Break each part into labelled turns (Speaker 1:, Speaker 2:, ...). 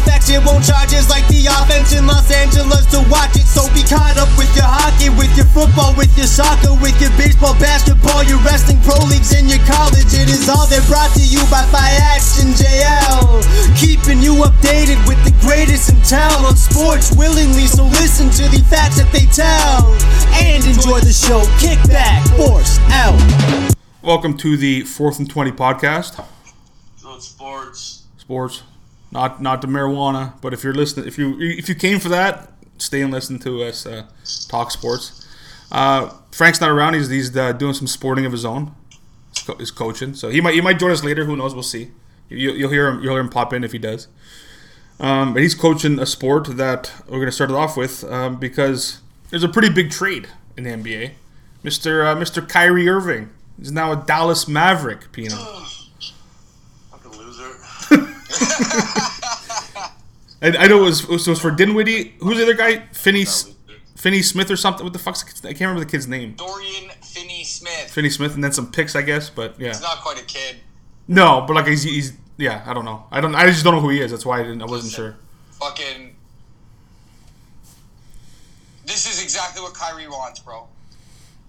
Speaker 1: facts. It won't charge us like the offense in Los Angeles to watch it. So be caught up with your hockey, with your football, with your soccer, with your baseball, basketball, your wrestling, pro leagues, and your college. It is all they're brought to you by Fiats and JL. Keeping you updated with the greatest in town on sports willingly. So listen to the facts that they tell and enjoy the show. Kick back, force out.
Speaker 2: Welcome to the Fourth and Twenty podcast.
Speaker 3: So it's sports.
Speaker 2: Sports, not not the marijuana, but if you're listening, if you if you came for that, stay and listen to us uh, talk sports. Uh, Frank's not around; he's he's uh, doing some sporting of his own. He's, co- he's coaching, so he might he might join us later. Who knows? We'll see. You, you'll hear him. You'll hear him pop in if he does. Um, but he's coaching a sport that we're going to start it off with um, because there's a pretty big trade in the NBA. Mister uh, Mister Kyrie Irving is now a Dallas Maverick. Pino.
Speaker 3: Fucking loser.
Speaker 2: I, I know it was, it was it was for Dinwiddie. Who's the other guy? Finney S- Finney Smith or something. What the fuck's the kid's name? I can't remember the kid's name.
Speaker 3: Oh. Dorian Finney Smith.
Speaker 2: Finney Smith, and then some picks, I guess. But yeah,
Speaker 3: He's not quite a kid.
Speaker 2: no, but like he's, he's yeah, I don't know. I don't. I just don't know who he is. That's why I didn't. I wasn't sure.
Speaker 3: Fucking. This is exactly what Kyrie wants, bro.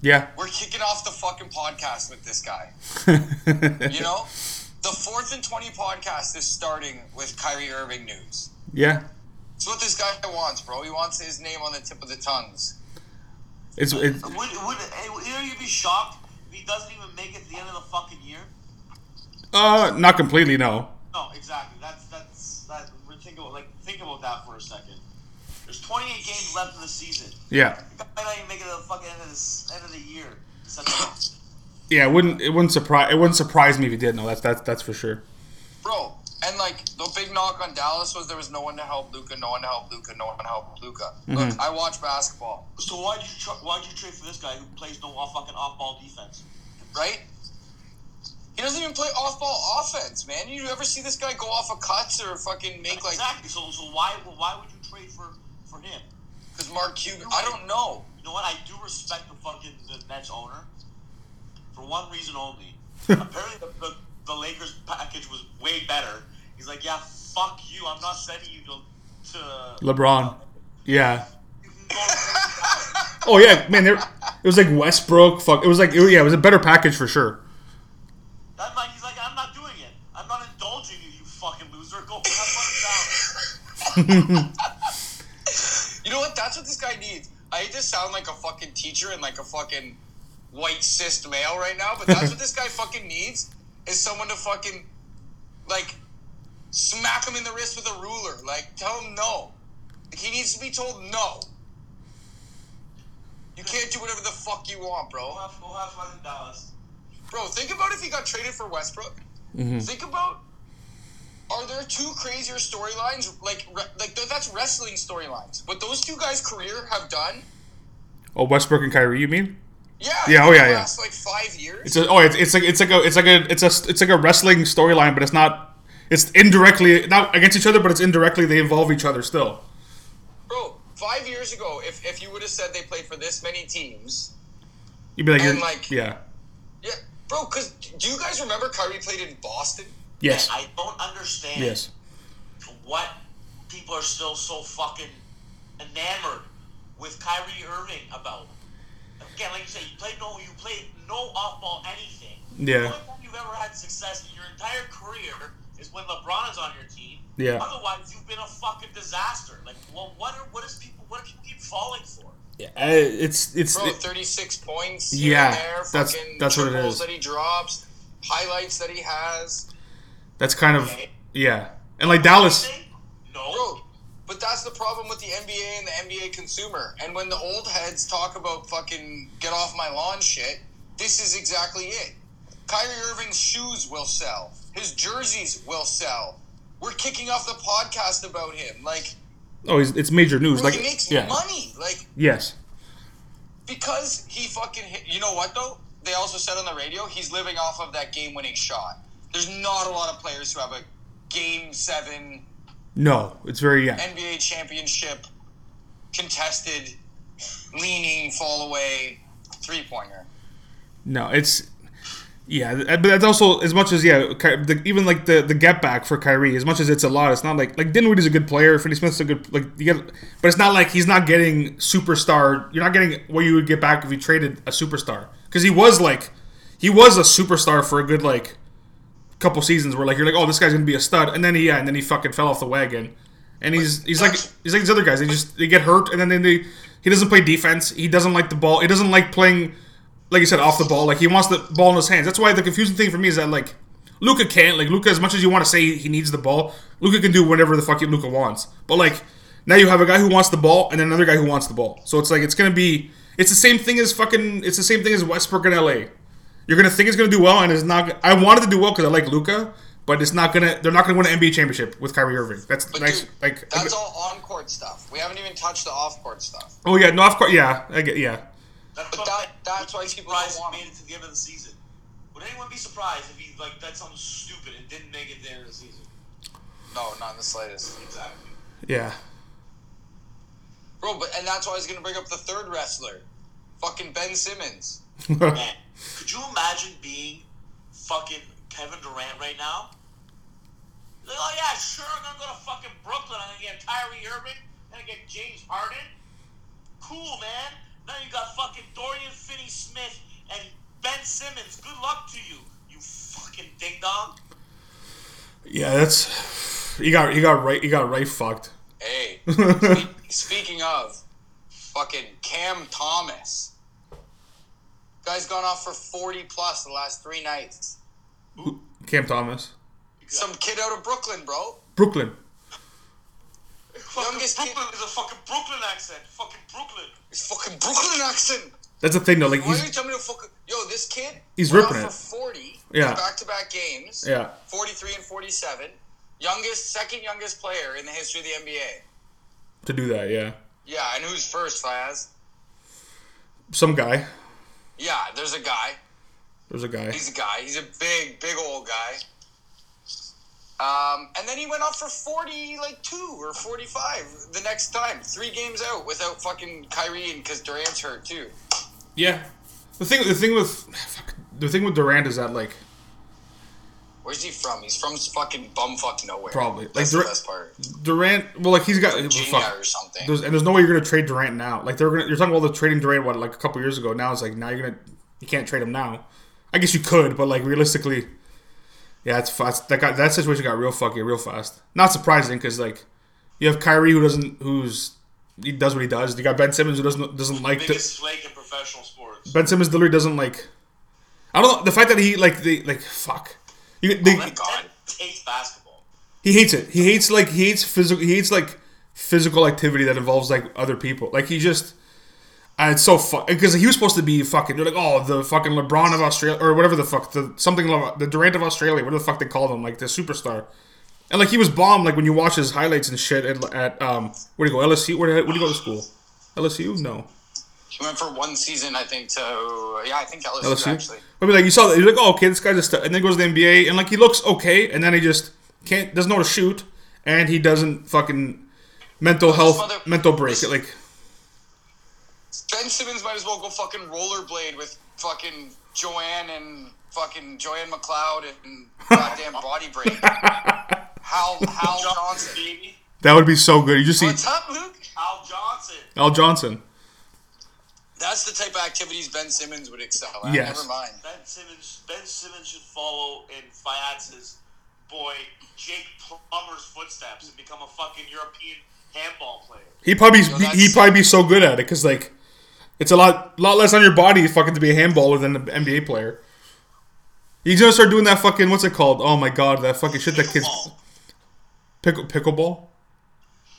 Speaker 2: Yeah.
Speaker 3: We're kicking off the fucking podcast with this guy. You know? the fourth and 20 podcast is starting with Kyrie Irving news.
Speaker 2: yeah.
Speaker 3: It's what this guy wants, bro. He wants his name on the tip of the tongues.
Speaker 2: It's it,
Speaker 4: Would would eh, would either you be shocked if he doesn't even make it to the end of the fucking year?
Speaker 2: uh not completely no.
Speaker 4: No, exactly. That's that's that. We're think about like think about that for a second. There's 28 games left in the season.
Speaker 2: Yeah.
Speaker 4: The guy might not even make it to the fucking end of this end of the year. It's such a-
Speaker 2: Yeah. It wouldn't it wouldn't surprise it wouldn't surprise me if he did. No, that's that's that's for sure.
Speaker 3: Bro, and like the big knock on Dallas was there was no one to help Luca, no one to help Luca, no one to help Luca. Look, I watch basketball,
Speaker 4: so why would you tr why would you trade for this guy who plays no off fucking off ball defense?
Speaker 3: right? He doesn't even play off ball offense, man. You ever see this guy go off of cuts or fucking make like
Speaker 4: exactly. So so why why would you trade for for him?
Speaker 3: because Mark Cuban? I don't know.
Speaker 4: You know what? I do respect the fucking the Nets owner for one reason only. Apparently, the, the, the Lakers package was way better. He's like, yeah, fuck you. I'm not sending you to. to
Speaker 2: LeBron. Yeah.
Speaker 4: you can go to
Speaker 2: Oh yeah, man. There it was like Westbrook. Fuck. It was like yeah, it was a better package for sure.
Speaker 4: That's like he's like, I'm not doing it. I'm not indulging you, you fucking loser. Go have fun
Speaker 3: You know what? That's what this guy needs. I hate to sound like a fucking teacher and like a fucking white cis male right now, but that's what this guy fucking needs is someone to fucking like smack him in the wrist with a ruler. Like tell him no. Like, he needs to be told no. You can't do whatever the fuck you want, bro.
Speaker 4: down. Go have fun in Dallas.
Speaker 3: Bro, think about if he got traded for Westbrook. Think about are there two crazier storylines like re- like th- that's wrestling storylines. What those two guys' career have done?
Speaker 2: Oh, Westbrook and Kyrie. You mean?
Speaker 3: Yeah.
Speaker 2: Yeah, oh,
Speaker 3: in
Speaker 2: yeah,
Speaker 3: the
Speaker 2: yeah.
Speaker 3: Last like five years.
Speaker 2: It's a, oh, it's, it's like it's like a it's like a it's a it's like a wrestling storyline, but it's not. It's indirectly not against each other, but it's indirectly they involve each other still.
Speaker 3: Bro, five years ago, if if you would have said they played for this many teams,
Speaker 2: You'd be like,
Speaker 3: And, like-
Speaker 2: yeah,
Speaker 3: yeah, bro. Because do you guys remember Kyrie played in Boston?
Speaker 2: yes,
Speaker 4: I don't understand
Speaker 2: yes.
Speaker 4: what people are still so fucking enamored with Kyrie Irving about. Again, like you said, you played no, you played no off-ball anything.
Speaker 2: Yeah.
Speaker 4: The only time you've ever had success in your entire career is when LeBron is on your team.
Speaker 2: Yeah.
Speaker 4: Otherwise, you've been a fucking disaster. Like, well, what are what is people what do people keep falling for?
Speaker 2: Uh, it's it's
Speaker 3: Bro,
Speaker 2: it-
Speaker 3: thirty six points. here
Speaker 2: Yeah,
Speaker 3: and there,
Speaker 2: that's-
Speaker 3: fucking
Speaker 2: that's what it
Speaker 3: triples
Speaker 2: is.
Speaker 3: That he drops, highlights that he has.
Speaker 2: that's kind of yeah, and like Dallas,
Speaker 4: No.
Speaker 3: Bro, but that's the problem with the NBA and the NBA consumer. And when the old heads talk about fucking get off my lawn shit, this is exactly it. Kyrie Irving's shoes will sell. His jerseys will sell. We're kicking off the podcast about him. Like,
Speaker 2: oh, he's, it's major news.
Speaker 3: bro,
Speaker 2: Like
Speaker 3: he makes
Speaker 2: yeah,
Speaker 3: money. Like,
Speaker 2: yes,
Speaker 3: because he fucking hit. You know what though? They also said on the radio he's living off of that game-winning shot. There's not a lot of players who have a game seven
Speaker 2: No, it's very young.
Speaker 3: NBA championship contested leaning fall away three pointer.
Speaker 2: No, it's yeah, th- but that's also as much as yeah, Ky- the, even like the the get back for Kyrie. As much as it's a lot, it's not like like Dinwiddie's a good player. Finney Smith's a good like you get, but it's not like he's not getting superstar. You're not getting what you would get back if you traded a superstar because he was like he was a superstar for a good like couple seasons where like you're like oh this guy's gonna be a stud and then he yeah and then he fucking fell off the wagon and he's he's like he's like these other guys they just they get hurt and then they, they he doesn't play defense he doesn't like the ball he doesn't like playing like you said, off the ball. Like he wants the ball in his hands. That's why the confusing thing for me is that like Luca can't like Luca. As much as you want to say he needs the ball, Luca can do whatever the fuck Luca wants. But like now you have a guy who wants the ball and another guy who wants the ball. So it's like it's gonna be it's the same thing as fucking it's the same thing as Westbrook in LA. You're gonna think it's gonna do well and it's not. I wanted to do well because I like Luca, but it's not gonna. They're not gonna win an NBA championship with Kyrie Irving. That's
Speaker 3: But
Speaker 2: nice.
Speaker 3: dude,
Speaker 2: like
Speaker 3: that's all on court stuff. We haven't even touched the off court stuff.
Speaker 2: oh yeah, no, of course, yeah, I get, yeah.
Speaker 4: That's
Speaker 3: But
Speaker 4: what
Speaker 3: that- that's why
Speaker 4: which
Speaker 3: people don't
Speaker 4: surprised
Speaker 3: want
Speaker 4: he made it to the end of the season. Would anyone be surprised if he like did something stupid and didn't make it there in the season?
Speaker 3: No, not in the slightest.
Speaker 4: Exactly.
Speaker 2: Yeah.
Speaker 3: Bro, but and that's why I was gonna bring up the third wrestler. Fucking Ben Simmons.
Speaker 4: Man, could you imagine being fucking Kevin Durant right now? Like, oh yeah, sure, I'm gonna go to fucking Brooklyn. I'm gonna get Kyrie Irving. I'm gonna get James Harden. Cool, man. Now you got fucking Dorian Finney-Smith and Ben Simmons. Good luck to you, you fucking ding dong.
Speaker 2: Yeah, that's you got you got right you got right fucked.
Speaker 3: Hey. spe- speaking of, fucking Cam Thomas. Guy's gone off for forty plus the last three nights.
Speaker 2: Cam Thomas,
Speaker 3: Some kid out of Brooklyn, bro.
Speaker 2: Brooklyn.
Speaker 4: Fucking
Speaker 3: Youngest kid-
Speaker 4: Brooklyn is a fucking Brooklyn accent. Fucking Brooklyn.
Speaker 3: It's fucking Brooklyn accent.
Speaker 2: That's the thing though. Like
Speaker 3: Why are you
Speaker 2: he's
Speaker 3: telling me to fucking yo? This kid.
Speaker 2: He's
Speaker 3: went
Speaker 2: ripping
Speaker 3: off
Speaker 2: it.
Speaker 3: for forty.
Speaker 2: Yeah.
Speaker 3: Back to back games.
Speaker 2: yeah,
Speaker 3: Forty three and forty seven. Youngest, second youngest player in the history of the NBA.
Speaker 2: to do that. Yeah,
Speaker 3: Yeah, and who's first, Faz?
Speaker 2: some guy.
Speaker 3: Yeah, there's a guy.
Speaker 2: There's a guy.
Speaker 3: He's a guy. He's a big, big old guy. Um, and then he went off for forty, like two or forty-five the next time, three games out without fucking Kyrie and because Durant's hurt too.
Speaker 2: Yeah. The thing the thing with fuck, the thing with Durant is that like
Speaker 3: Where's he from? He's from fucking bumfuck nowhere.
Speaker 2: Probably. Like,
Speaker 3: That's
Speaker 2: Dur-
Speaker 3: the best part.
Speaker 2: Durant. Well, like he's got
Speaker 3: Virginia or
Speaker 2: fuck.
Speaker 3: something.
Speaker 2: There's, and there's no way you're gonna trade Durant now. Like they're gonna you're talking about the trading Durant what like a couple years ago. Now it's like now you're gonna you can't trade him now. I guess you could, but like realistically, yeah, it's fast. That got that situation got real fucky real fast. Not surprising because like you have Kyrie who doesn't who's he does what he does. You got Ben Simmons who doesn't doesn't like to,
Speaker 4: Biggest flake in professional sports.
Speaker 2: Ben Simmons literally doesn't like. I don't know the fact that he like the like fuck. You, they,
Speaker 3: my God.
Speaker 4: Hates basketball.
Speaker 2: he hates it. He hates like he hates physical. He hates like physical activity that involves like other people. Like he just. And it's so fuck because he was supposed to be fucking. You're like, oh, the fucking LeBron of Australia or whatever the fuck, the something Le- the Durant of Australia, whatever the fuck they called him, like the superstar. And like he was bombed. Like when you watch his highlights and shit at, at um, where do you go? LSU? Where do you go to school? LSU? No.
Speaker 3: He went for one season, I think, to yeah, I think LSU,
Speaker 2: LSU.
Speaker 3: actually.
Speaker 2: I mean, like you saw that you're like, oh, okay, this guy's a stud, and then goes to the NBA, and like he looks okay, and then he just can't doesn't know how to shoot, and he doesn't fucking mental health
Speaker 3: mother-
Speaker 2: mental break. It, like
Speaker 3: Ben Simmons might as well go fucking rollerblade with fucking Joanne and fucking Joanne McLeod and goddamn body brain. Hal Hal
Speaker 4: Johnson,
Speaker 3: Johnson.
Speaker 4: baby.
Speaker 2: that would be so good. You just see
Speaker 3: What's up, Luke?
Speaker 4: Al Johnson.
Speaker 2: Al Johnson.
Speaker 3: That's the type of activities Ben Simmons would excel at.
Speaker 2: Yes.
Speaker 3: Never mind.
Speaker 4: Ben Simmons. Ben Simmons should follow in Fiatz's boy Jake Plummer's footsteps and become a fucking European handball player.
Speaker 2: He probably
Speaker 3: that's-
Speaker 2: he probably be so good at it because like it's a lot lot less on your body fucking to be a handballer than an NBA player. He's gonna start doing that fucking what's it called? Oh my god, that fucking shit that kids
Speaker 4: Pickleball.
Speaker 2: pickle pickleball.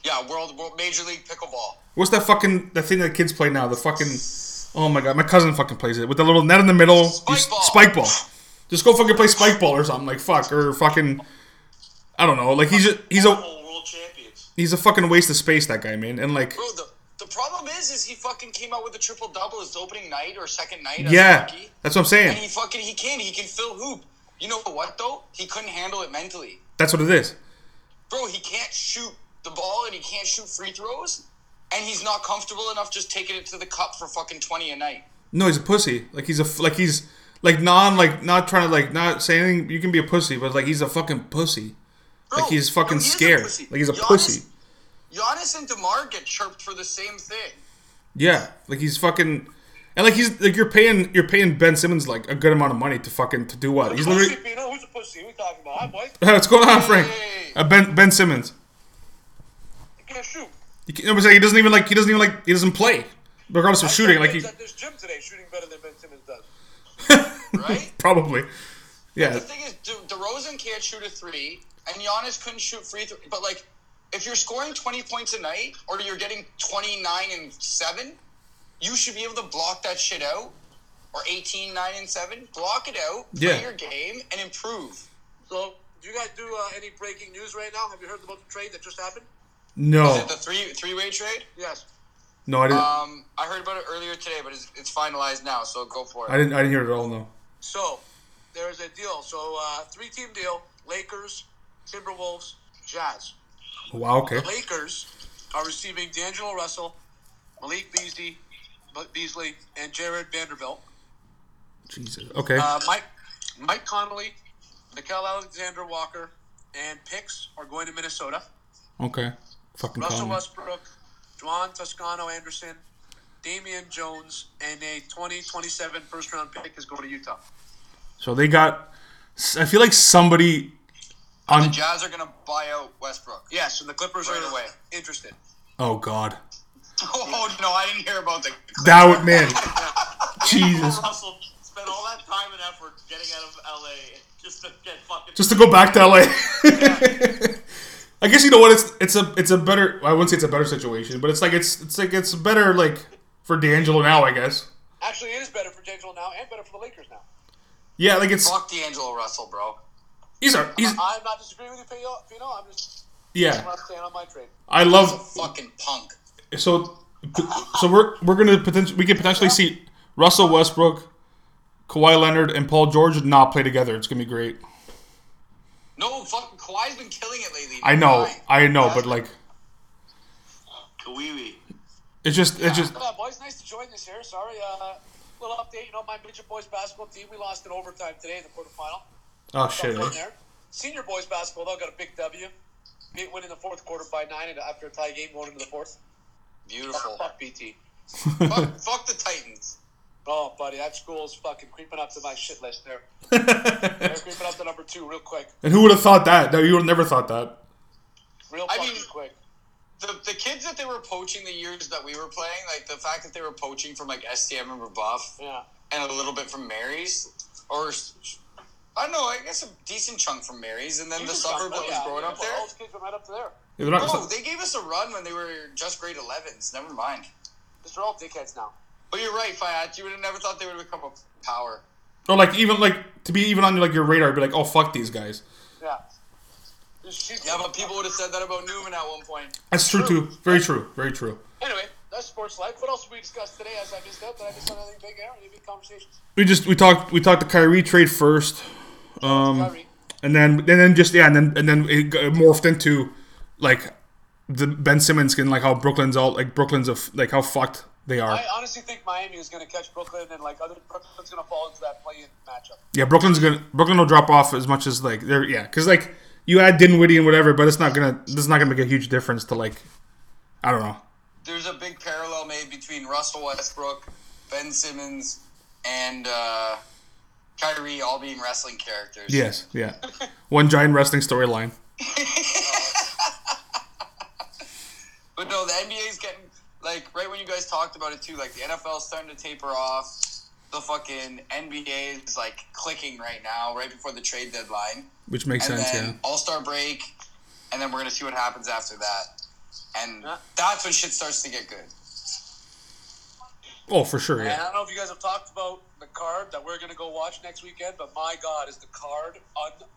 Speaker 3: Yeah, world, world major league pickleball.
Speaker 2: What's that fucking that thing that kids play now? The fucking oh my god, my cousin fucking plays it with the little net in the middle. you s-
Speaker 3: Spike ball.
Speaker 2: Spike ball. Just go fucking play spike ball or something like fuck or fucking I don't know. Like he's a, he's a
Speaker 4: Cornhole world champions.
Speaker 2: he's a fucking waste of space that guy, man. And like
Speaker 3: Bro, the the problem is, is he fucking came out with a triple double his opening night or second night. As a
Speaker 2: yeah,
Speaker 3: rookie.
Speaker 2: that's what I'm saying.
Speaker 3: And he fucking he can he can fill hoop. You know what though? He couldn't handle it mentally.
Speaker 2: That's what it is.
Speaker 3: Bro, he can't shoot the ball and he can't shoot free throws, and he's not comfortable enough just taking it to the cup for fucking twenty a night.
Speaker 2: No, he's a pussy. Like he's a f- like he's like non like not trying to like not say anything. You can be a pussy, but like he's a fucking pussy.
Speaker 3: Bro,
Speaker 2: Like he's fucking
Speaker 3: no, he is a
Speaker 2: scared.
Speaker 3: pussy.
Speaker 2: Like he's a
Speaker 3: Giannis-
Speaker 2: pussy.
Speaker 3: Giannis and Demar get chirped for the same thing.
Speaker 2: Yeah, like he's fucking, and like he's like you're paying you're paying Ben Simmons like a good amount of money to fucking to do what? He's literally
Speaker 5: Pussy, Pino, who's a pussy? Who we talking about? Hi, boy.
Speaker 2: what's going on, Frank?
Speaker 3: Hey.
Speaker 2: Uh, ben Ben Simmons.
Speaker 5: You can't shoot.
Speaker 2: He, can't- I'm saying he doesn't even like he doesn't even like he doesn't play regardless of shooting. Like he
Speaker 5: He's at this gym today, shooting better than Ben Simmons does.
Speaker 3: Right?
Speaker 2: probably, yeah.
Speaker 3: The thing is, De- DeRozan can't shoot a three, and Giannis couldn't shoot free throw. But like, if you're scoring 20 points a night, or you're getting 29 and seven, you should be able to block that shit out, or 18, nine and seven, block it out, play
Speaker 2: Yeah.
Speaker 3: your game, and improve.
Speaker 5: So, do you guys do uh, any breaking news right now? Have you heard about the trade that just happened?
Speaker 2: No,
Speaker 3: Is it the three three way trade?
Speaker 5: Yes.
Speaker 2: no, I
Speaker 5: Uh,
Speaker 2: didn't.
Speaker 3: Um, I heard about it earlier today, but it's, it's finalized now, so go for
Speaker 2: I
Speaker 3: it.
Speaker 2: didn't. I didn't hear it at all. No.
Speaker 5: So, there is a deal. So, uh, three-team deal: Lakers, Timberwolves, Jazz.
Speaker 2: Oh, Wow. Okay.
Speaker 5: The Lakers are receiving D'Angelo Russell, Malik Beasley, Beasley, and Jared Vanderbilt.
Speaker 2: Jesus. Okay.
Speaker 5: Uh, Mike Mike Connolly, Mikel Alexander Walker, and picks are going to Minnesota.
Speaker 2: Okay. Fucking
Speaker 5: Russell
Speaker 2: calm.
Speaker 5: Westbrook, Juan Toscano Anderson, Damian Jones, and a 2027 first round pick is going to Utah.
Speaker 2: So they got. I feel like somebody
Speaker 3: The
Speaker 2: on.
Speaker 3: Jazz are gonna buy out Westbrook.
Speaker 5: Yes, and the Clippers
Speaker 3: Right
Speaker 5: are
Speaker 3: away.
Speaker 5: interested.
Speaker 2: Oh God.
Speaker 3: Oh no, I didn't hear about the.
Speaker 2: That would man. Jesus.
Speaker 5: Russell spent all that time and effort getting out of LA just to get fucking.
Speaker 2: just to go back to LA. I guess you know what it's it's a it's a better I wouldn't say it's a better situation, but it's like it's it's like it's better like for D'Angelo now, I guess.
Speaker 5: Actually, it is better for D'Angelo now and better for the Lakers now.
Speaker 2: Yeah, like it's
Speaker 3: Fuck D'Angelo Russell, bro.
Speaker 2: he's a he's
Speaker 5: I'm not disagreeing with you, Pino. Pino. I'm just I'm
Speaker 2: yeah.
Speaker 5: not staying on my trade.
Speaker 2: I
Speaker 3: He's a
Speaker 2: love
Speaker 3: fucking punk.
Speaker 2: so so we're we're gonna potentially we could potentially see Russell Westbrook, Kawhi Leonard, and Paul George not play together. It's gonna be great.
Speaker 3: No, fucking Kawhi's been killing it lately.
Speaker 2: I know, I know, but like
Speaker 5: Kiwi.
Speaker 2: it's just it's just
Speaker 5: Yeah, boys, nice to join this here. Sorry, uh, little update. You know, my midget boys basketball team, we lost in overtime today in the quarterfinal.
Speaker 2: oh
Speaker 5: Tough
Speaker 2: shit.
Speaker 5: one there. Senior boys basketball, though, got a big W. It went in the fourth quarter by nine, and after a tie game, going into the fourth.
Speaker 3: Beautiful.
Speaker 5: Fuck BT.
Speaker 3: fuck, fuck the Titans.
Speaker 5: Oh, buddy, that school's fucking creeping up to my shit list there. They're creeping up to number two real quick.
Speaker 2: And who would have thought that? That you would have never thought that.
Speaker 5: Real
Speaker 3: I
Speaker 5: fucking
Speaker 3: mean-
Speaker 5: quick.
Speaker 3: The, the kids that they were poaching the years that we were playing, like the fact that they were poaching from like STM and Rebuff
Speaker 5: Yeah.
Speaker 3: and a little bit from Mary's, or I don't know, I guess a decent chunk from Mary's, and then the suburb that was
Speaker 5: Yeah,
Speaker 3: growing up there.
Speaker 5: All those kids went right up to there.
Speaker 2: Yeah, they're not-
Speaker 3: No, they gave us a run when they were just grade 11s. Never mind.
Speaker 5: These are all dickheads now.
Speaker 3: But you're right, Fayat. You would have never thought they would become a power.
Speaker 2: or like even like to be even on like your radar, be like, oh fuck these guys.
Speaker 5: Yeah. These cheap-
Speaker 3: Yeah, but people would have said that about Newman at one point.
Speaker 2: That's true, too. Very true. Very true.
Speaker 5: Anyway, that's sports life. What else did we discuss today? As I missed out, did I miss out anything big? Aaron, any big conversations?
Speaker 2: We just we talked we talked the Kyrie trade first, um,
Speaker 5: Kyrie.
Speaker 2: and then and then just yeah, and then and then it g- morphed into like the Ben Simmons and like how Brooklyn's all like Brooklyn's of like how fucked they are.
Speaker 5: I uh, honestly think Miami is going to catch Brooklyn, and like other Brooklyn's going to fall into that play-in matchup.
Speaker 2: Yeah, Brooklyn's gonna Brooklyn will drop off as much as like they're yeah, because like you add Dinwiddie and whatever, but it's not gonna it's not gonna make a huge difference to like I don't know.
Speaker 3: there's a big parallel made between Russell Westbrook, Ben Simmons, and uh, Kyrie all being wrestling characters.
Speaker 2: Yes, yeah, one giant wrestling storyline.
Speaker 3: But no, the NBA's getting like right when you guys talked about it too. Like the NFL's starting to taper off. The fucking NBA is like clicking right now, right before the trade deadline,
Speaker 2: Which makes
Speaker 3: and
Speaker 2: sense,
Speaker 3: then
Speaker 2: yeah.
Speaker 3: All Star break, and then we're gonna see what happens after that. And
Speaker 5: Yeah.
Speaker 3: that's when shit starts to get good.
Speaker 2: Oh, for sure,
Speaker 5: And I
Speaker 2: yeah.
Speaker 5: don't know if you guys have talked about the card that we're going to go watch next weekend, but my God, is the card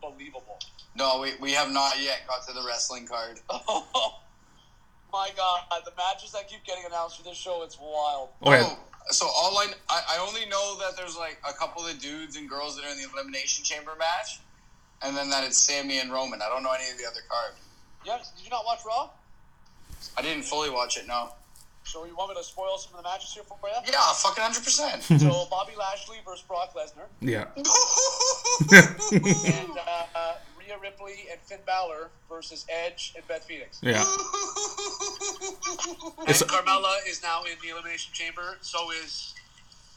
Speaker 5: unbelievable?
Speaker 3: No, we, we have not yet got to the wrestling card.
Speaker 5: my God, the matches I keep getting announced for this show, it's wild.
Speaker 2: Oh yeah,
Speaker 3: Oh, so all I, I I only know that there's like a couple of dudes and girls that are in the elimination chamber match, and then that it's Sammy and Roman. I don't know any of the other card.
Speaker 5: Yeah, did you not watch Raw?
Speaker 3: I didn't fully watch it. No.
Speaker 5: So you want me to spoil some of the matches here for you?
Speaker 3: Yeah, fucking hundred percent.
Speaker 2: Mm-hmm.
Speaker 5: So Bobby Lashley versus Brock Lesnar,
Speaker 2: Yeah.
Speaker 5: and uh, uh, Rhea Ripley and Finn Balor versus Edge and Beth Phoenix.
Speaker 2: Yeah.
Speaker 4: And Carmella is now in the elimination chamber. So is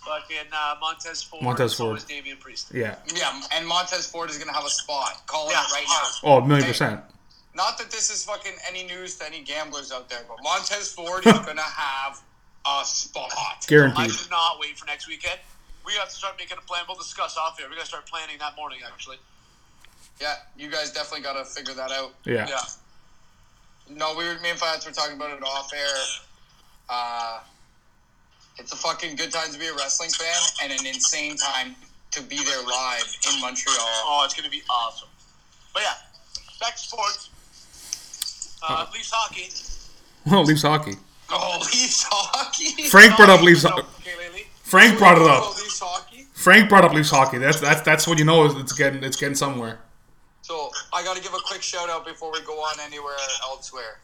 Speaker 4: fucking uh, Montez Ford.
Speaker 2: Montez
Speaker 4: so
Speaker 2: Ford.
Speaker 4: is Damian Priest.
Speaker 2: Yeah.
Speaker 3: Yeah, and Montez Ford is gonna have a spot. Calling
Speaker 4: Yeah,
Speaker 3: it right now.
Speaker 2: Oh, a million percent.
Speaker 3: Not that this is fucking any news to any gamblers out there, but Montez Ford is gonna have a spot.
Speaker 4: I
Speaker 2: Guaranteed.
Speaker 4: cannot wait for next weekend. We have to start making a plan. We'll discuss off here. We gotta start planning that morning. Actually,
Speaker 3: Yeah, you guys definitely gotta figure that out.
Speaker 2: Yeah.
Speaker 4: yeah.
Speaker 3: No, we were me and Fats were talking about it off air. Uh, it's a fucking good time to be a wrestling fan and an insane time to be there live in Montreal.
Speaker 4: Oh, it's gonna be awesome. But yeah, back to sports. Uh, Leafs hockey.
Speaker 2: Well, Leafs hockey.
Speaker 3: Oh, Leafs hockey.
Speaker 2: Frank brought up Leafs. ho-
Speaker 4: Okay, lately.
Speaker 2: Frank brought it up.
Speaker 3: Oh, Leafs hockey.
Speaker 2: Frank brought up Leafs hockey. That's that's that's what you know is it's getting it's getting somewhere.
Speaker 3: So I got to give a quick shout out before we go on anywhere elsewhere.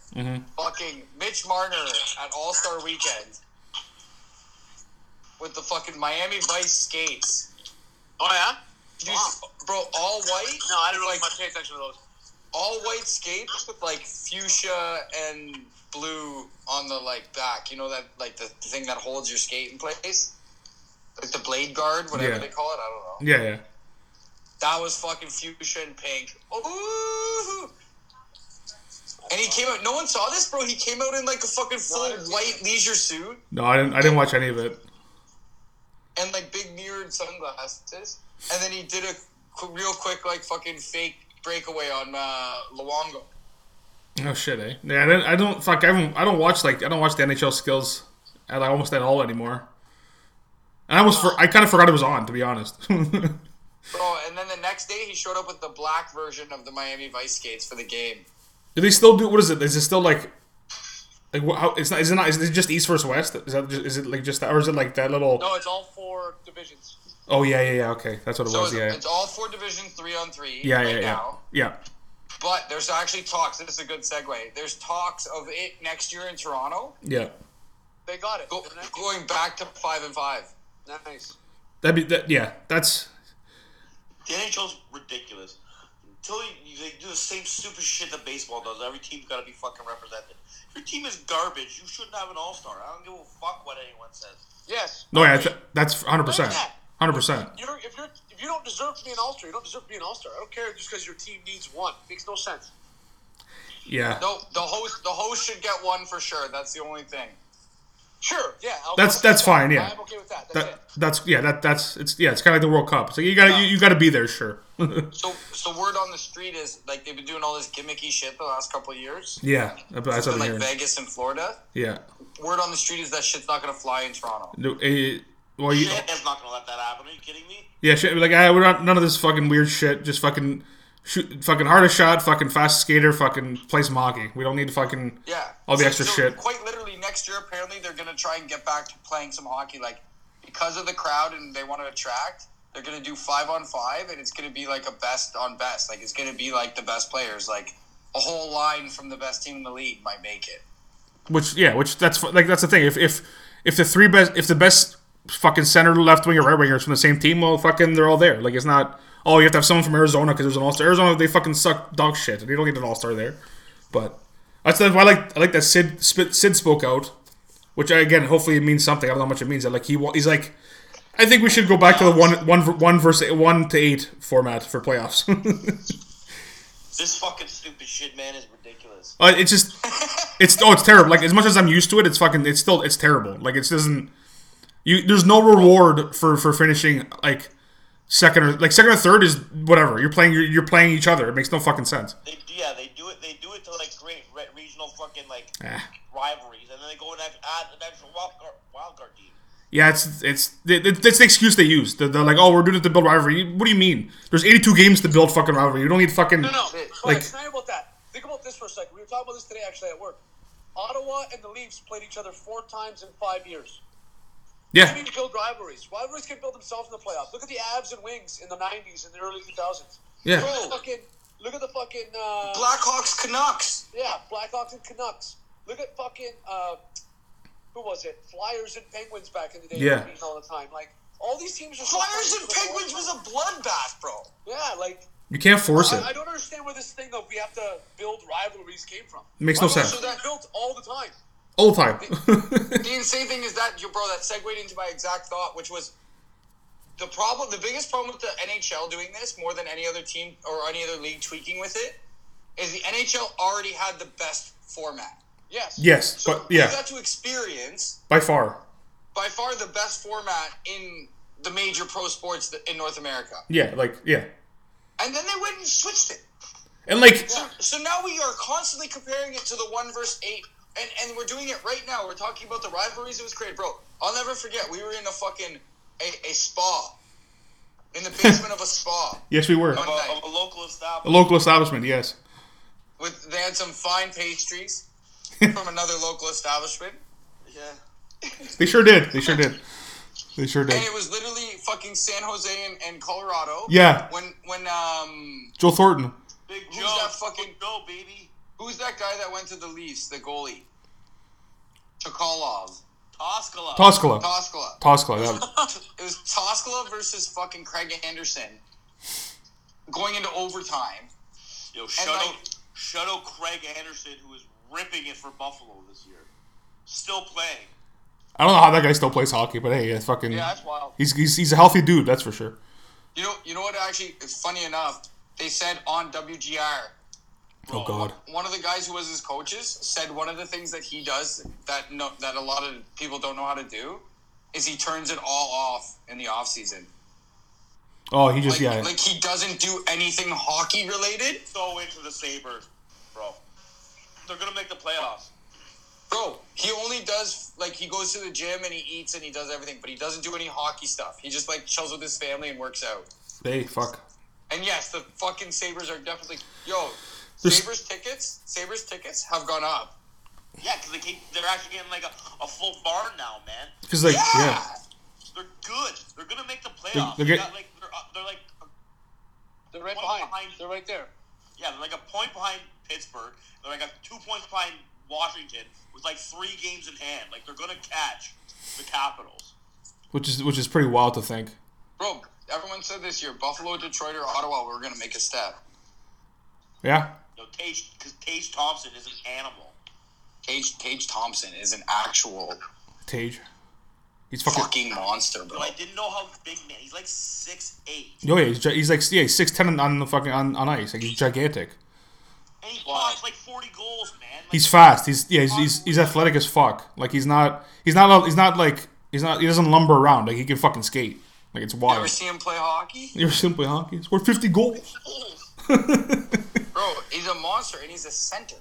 Speaker 3: Fucking Mitch Marner at All Star Weekend with the fucking Miami Vice skates.
Speaker 4: Oh yeah.
Speaker 3: You s- bro, all white.
Speaker 4: No, I didn't really much pay attention to those.
Speaker 3: all white skates with like fuchsia and blue on the like back. You know that like the thing that holds your skate in place, like the blade guard, whatever
Speaker 2: Yeah.
Speaker 3: they call it. I don't know.
Speaker 2: Yeah, yeah.
Speaker 3: That was fucking fuchsia and pink. Ooh. And he came out. No one saw this, bro. He came out in like a fucking full white leisure suit
Speaker 2: No, I didn't I didn't watch any of it.
Speaker 3: and like big mirrored sunglasses. And then he did a qu- real quick like fucking fake breakaway on uh, Luongo.
Speaker 2: Oh shit, eh? Yeah, I don't, I don't fuck. I don't. I don't watch like I don't watch the NHL skills at like, almost at all anymore. And I almost for, I kind of forgot it was on to be honest.
Speaker 3: Bro, and then the next day he showed up with the black version of the Miami Vice skates for the game.
Speaker 2: Do they still do? What is it? Is it still like, like wha- how? It's not. Is it not? Is it just East versus West? Is that? Just, is it like just that, or is it like that little?
Speaker 5: No, it's all four divisions.
Speaker 2: Oh yeah, yeah, yeah. Okay, that's what it
Speaker 3: So
Speaker 2: was.
Speaker 3: it's,
Speaker 2: Yeah,
Speaker 3: it's all four division three on three
Speaker 2: yeah,
Speaker 3: right
Speaker 2: yeah, yeah,
Speaker 3: now.
Speaker 2: yeah.
Speaker 3: But there's actually talks. This is a good segue. There's talks of it next year in Toronto
Speaker 2: Yeah,
Speaker 5: They got it.
Speaker 3: go,
Speaker 5: didn't they?
Speaker 3: going back to five and five.
Speaker 5: Nice.
Speaker 2: That'd be that. Yeah, that's
Speaker 4: The NHL's ridiculous. Until you, they do the same stupid shit that baseball does. Every team's got to be fucking represented. If your team is garbage, you shouldn't have an All Star. I don't give a fuck what anyone says.
Speaker 5: Yes.
Speaker 2: no. Yeah, th- that's hundred percent, hundred percent.
Speaker 5: You're, if you're if you don't deserve to be an all star, you don't deserve to be an all star. I don't care just because your team needs one. Makes no sense.
Speaker 2: Yeah,
Speaker 3: No, the host the host should get one for sure. That's the only thing.
Speaker 5: Sure. Yeah. I'll
Speaker 2: That's- that's fine, yeah.
Speaker 5: I'm okay with that. That's
Speaker 2: that that's yeah that that's it's yeah it's kind of like the World Cup. So you gotta you, you gotta be there, sure.
Speaker 3: So so word on the street is like they've been doing all this gimmicky shit the last couple of years.
Speaker 2: yeah, that's what
Speaker 3: In
Speaker 2: I'm
Speaker 3: like
Speaker 2: hearing.
Speaker 3: Vegas and Florida.
Speaker 2: Yeah,
Speaker 3: Word on the street is that shit's not gonna fly in Toronto.
Speaker 2: No, eh, well, you,
Speaker 4: Shit is not gonna let that happen. Are you kidding me?
Speaker 2: yeah, shit, like ah, we're not none of this fucking weird shit. Just fucking shoot, fucking hardest shot, fucking fast skater, fucking play some hockey. We don't need to fucking
Speaker 3: Yeah.
Speaker 2: all the
Speaker 3: So-
Speaker 2: extra
Speaker 3: so
Speaker 2: shit.
Speaker 3: Quite literally, next year, apparently, they're going to try and get back to playing some hockey. Like, because of the crowd and they want to attract, they're going to do five on five, and it's going to be like a best on best. Like, it's going to be like the best players. Like, a whole line from the best team in the league might make it.
Speaker 2: Which yeah, which that's fu- like that's the thing. If if if the three best if the best fucking center, left winger, right wingers from the same team, well, fucking they're all there. Like it's not oh you have to have someone from Arizona because there's an all star. Arizona they fucking suck dog shit. They don't get an all star there. But that's that's why I like I like that Sid Spit- Sid spoke out, which I, again hopefully it means something. I don't know how much it means. That like he wa- he's like. I think we should go back to the one, one, one versus one to eight format for playoffs.
Speaker 4: This fucking stupid shit, man, is ridiculous.
Speaker 2: Uh, it's just, it's oh, it's terrible. Like as much as I'm used to it, it's fucking, it's still, it's terrible. Like it doesn't. You there's no reward for for finishing like second or like second or third is whatever. You're playing, you're, you're playing each other. It makes no fucking sense.
Speaker 4: They, yeah, they do it. They do it to like great re- regional fucking like
Speaker 2: Eh.
Speaker 4: rivalries, and then they go and act- add an extra wild card, wild card team.
Speaker 2: Yeah, it's it's it, it- that's the excuse they use. They're, they're like, oh, we're doing it to build rivalry. What do you mean? There's 82 games to build fucking rivalry. You don't need fucking.
Speaker 5: No, no.
Speaker 3: Shit.
Speaker 5: Like,
Speaker 2: Like-
Speaker 5: it's not about that. Think about this for a second. We were talking about this today, actually, at work. Ottawa and the Leafs played each other four times in five years.
Speaker 2: Yeah.
Speaker 5: You need to build rivalries. Rivalries can build themselves in the playoffs. Look at the Abs and Wings in the '90s and the early 2000s.
Speaker 2: Yeah.
Speaker 5: Look at the fucking. Look at the fucking. Uh,
Speaker 3: Blackhawks Canucks.
Speaker 5: yeah, Blackhawks and Canucks. Look at fucking. Uh, who was it? Flyers and Penguins back in the day.
Speaker 2: Yeah.
Speaker 5: competing all the time. Like all these teams are. so
Speaker 3: Flyers
Speaker 5: fucking
Speaker 3: and
Speaker 5: good all
Speaker 3: Penguins
Speaker 5: the
Speaker 3: was
Speaker 5: time.
Speaker 3: a bloodbath, bro.
Speaker 5: Yeah, like
Speaker 2: You can't force it.
Speaker 5: I, I don't understand where this thing of we have to build rivalries came from.
Speaker 2: Makes no
Speaker 5: Rivalries
Speaker 2: sense.
Speaker 5: are built all the time.
Speaker 2: All the time.
Speaker 3: The insane thing is that, you bro, that segued into my exact thought, which was the problem. The biggest problem with the NHL doing this, more than any other team or any other league tweaking with it, is the NHL already had the best format.
Speaker 5: Yes.
Speaker 2: yes,
Speaker 3: So
Speaker 2: but
Speaker 3: we
Speaker 2: yeah,
Speaker 3: got to experience
Speaker 2: by far.
Speaker 3: by far the best format in the major pro sports th- in North America,
Speaker 2: Yeah, like yeah,
Speaker 3: and then they went and switched it.
Speaker 2: and like
Speaker 3: So now we are constantly comparing it to the one versus eight, and and we're doing it right now. We're talking about the rivalries it was created, bro. I'll never forget. We were in a fucking a, a spa, in the basement of a spa.
Speaker 2: yes, we were
Speaker 4: Of a,
Speaker 3: Okay.
Speaker 4: of a local
Speaker 2: a
Speaker 4: establishment.
Speaker 2: local establishment. Yes,
Speaker 3: With they had some fine pastries from another local establishment,
Speaker 4: Yeah.
Speaker 2: they sure did. They sure did. They sure did.
Speaker 3: and it was literally fucking San Jose and, and Colorado.
Speaker 2: Yeah.
Speaker 3: When when um
Speaker 2: Joe Thornton.
Speaker 4: Big
Speaker 3: Who's
Speaker 4: Joe.
Speaker 3: that fucking-
Speaker 4: Big Joe, baby.
Speaker 3: who's that guy that went to the Leafs, the goalie, Chokolov,
Speaker 4: Toskala.
Speaker 2: Toskala.
Speaker 3: Toskala.
Speaker 2: Toskala. That,
Speaker 3: it was Toskala versus fucking Craig Anderson going into overtime.
Speaker 4: Yo, shut out,
Speaker 3: like-
Speaker 4: shut out Craig Anderson, who is ripping it for Buffalo this year. Still playing.
Speaker 2: I don't know how that guy still plays hockey, but hey, it's fucking.
Speaker 3: Yeah, that's wild.
Speaker 2: He's, he's, he's a healthy dude, that's for sure.
Speaker 3: You know, you know what? Actually, it's funny enough. They said on WGR,
Speaker 2: Oh God,
Speaker 3: one of the guys who was his coaches said one of the things that he does that no, that a lot of people don't know how to do is he turns it all off in the off season.
Speaker 2: oh he just
Speaker 3: Like,
Speaker 2: yeah.
Speaker 3: like he doesn't do anything hockey related.
Speaker 4: So into the Sabres, bro. They're going to make the playoffs.
Speaker 3: Bro, he only does like he goes to the gym and he eats and he does everything, but he doesn't do any hockey stuff. He just like chills with his family and works out.
Speaker 2: hey, fuck.
Speaker 3: And yes, the fucking Sabres are definitely yo,
Speaker 2: There's-
Speaker 3: Sabres tickets, Sabres tickets have gone up.
Speaker 4: Yeah, because they keep, they're actually getting like a, a full barn now, man.
Speaker 2: Because like
Speaker 3: Yeah.
Speaker 2: yeah.
Speaker 4: They're good. They're going to make the playoffs.
Speaker 2: they're
Speaker 4: They're,
Speaker 2: get-
Speaker 4: got, like, they're, up- they're like, uh,
Speaker 5: They're right
Speaker 4: One
Speaker 5: behind.
Speaker 4: behind.
Speaker 5: They're right there.
Speaker 4: yeah, they're like a point behind Pittsburgh. They're like a two points behind Washington with like three games in hand. Like, they're going to catch the Capitals.
Speaker 2: which is which is pretty wild to think.
Speaker 3: Bro, everyone said this year, Buffalo, Detroit, or Ottawa, we're gonna make a step.
Speaker 2: Yeah,
Speaker 4: No, Tage, because Tage Thompson is an animal.
Speaker 3: Tage Tage Thompson is an actual
Speaker 2: Tage. He's fucking.
Speaker 3: fucking monster, bro.
Speaker 4: But I didn't know how big man. He's like six eight,
Speaker 2: No, yeah, he's, gi- he's like yeah, he's six ten on the fucking on, on ice. Like he's gigantic.
Speaker 4: and he pops like forty goals, man. Like,
Speaker 2: He's fast. He's yeah, he's, he's he's athletic as fuck. Like he's not he's not a- he's not like he's not he doesn't lumber around. Like he can fucking skate. Like it's
Speaker 3: You ever
Speaker 2: wild.
Speaker 3: see him play hockey?
Speaker 2: You're simply hockey. Scored fifty goals.
Speaker 3: Bro, he's a monster and he's a center.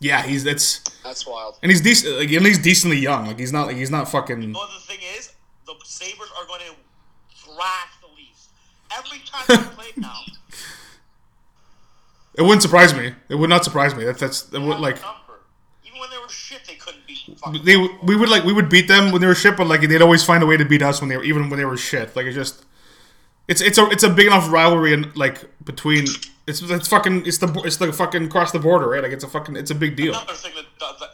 Speaker 2: Yeah, he's that's
Speaker 5: That's wild.
Speaker 2: and he's decent. Like at least decently young. Like he's not like he's not fucking.
Speaker 4: But the thing is, the Sabers are going to thrash the Leafs every time they play now.
Speaker 2: It wouldn't surprise me. It would not surprise me. That that's that would,
Speaker 4: That's
Speaker 2: like
Speaker 4: the number. even when they were shit, they couldn't beat. Fucking
Speaker 2: they we would like we would beat them when they were shit, but like they'd always find a way to beat us when they were even when they were shit. Like it's just it's it's a it's a big enough rivalry and like between it's it's fucking it's the bo- it's the fucking cross the border right like it's a fucking it's a big deal.
Speaker 4: Another thing that the,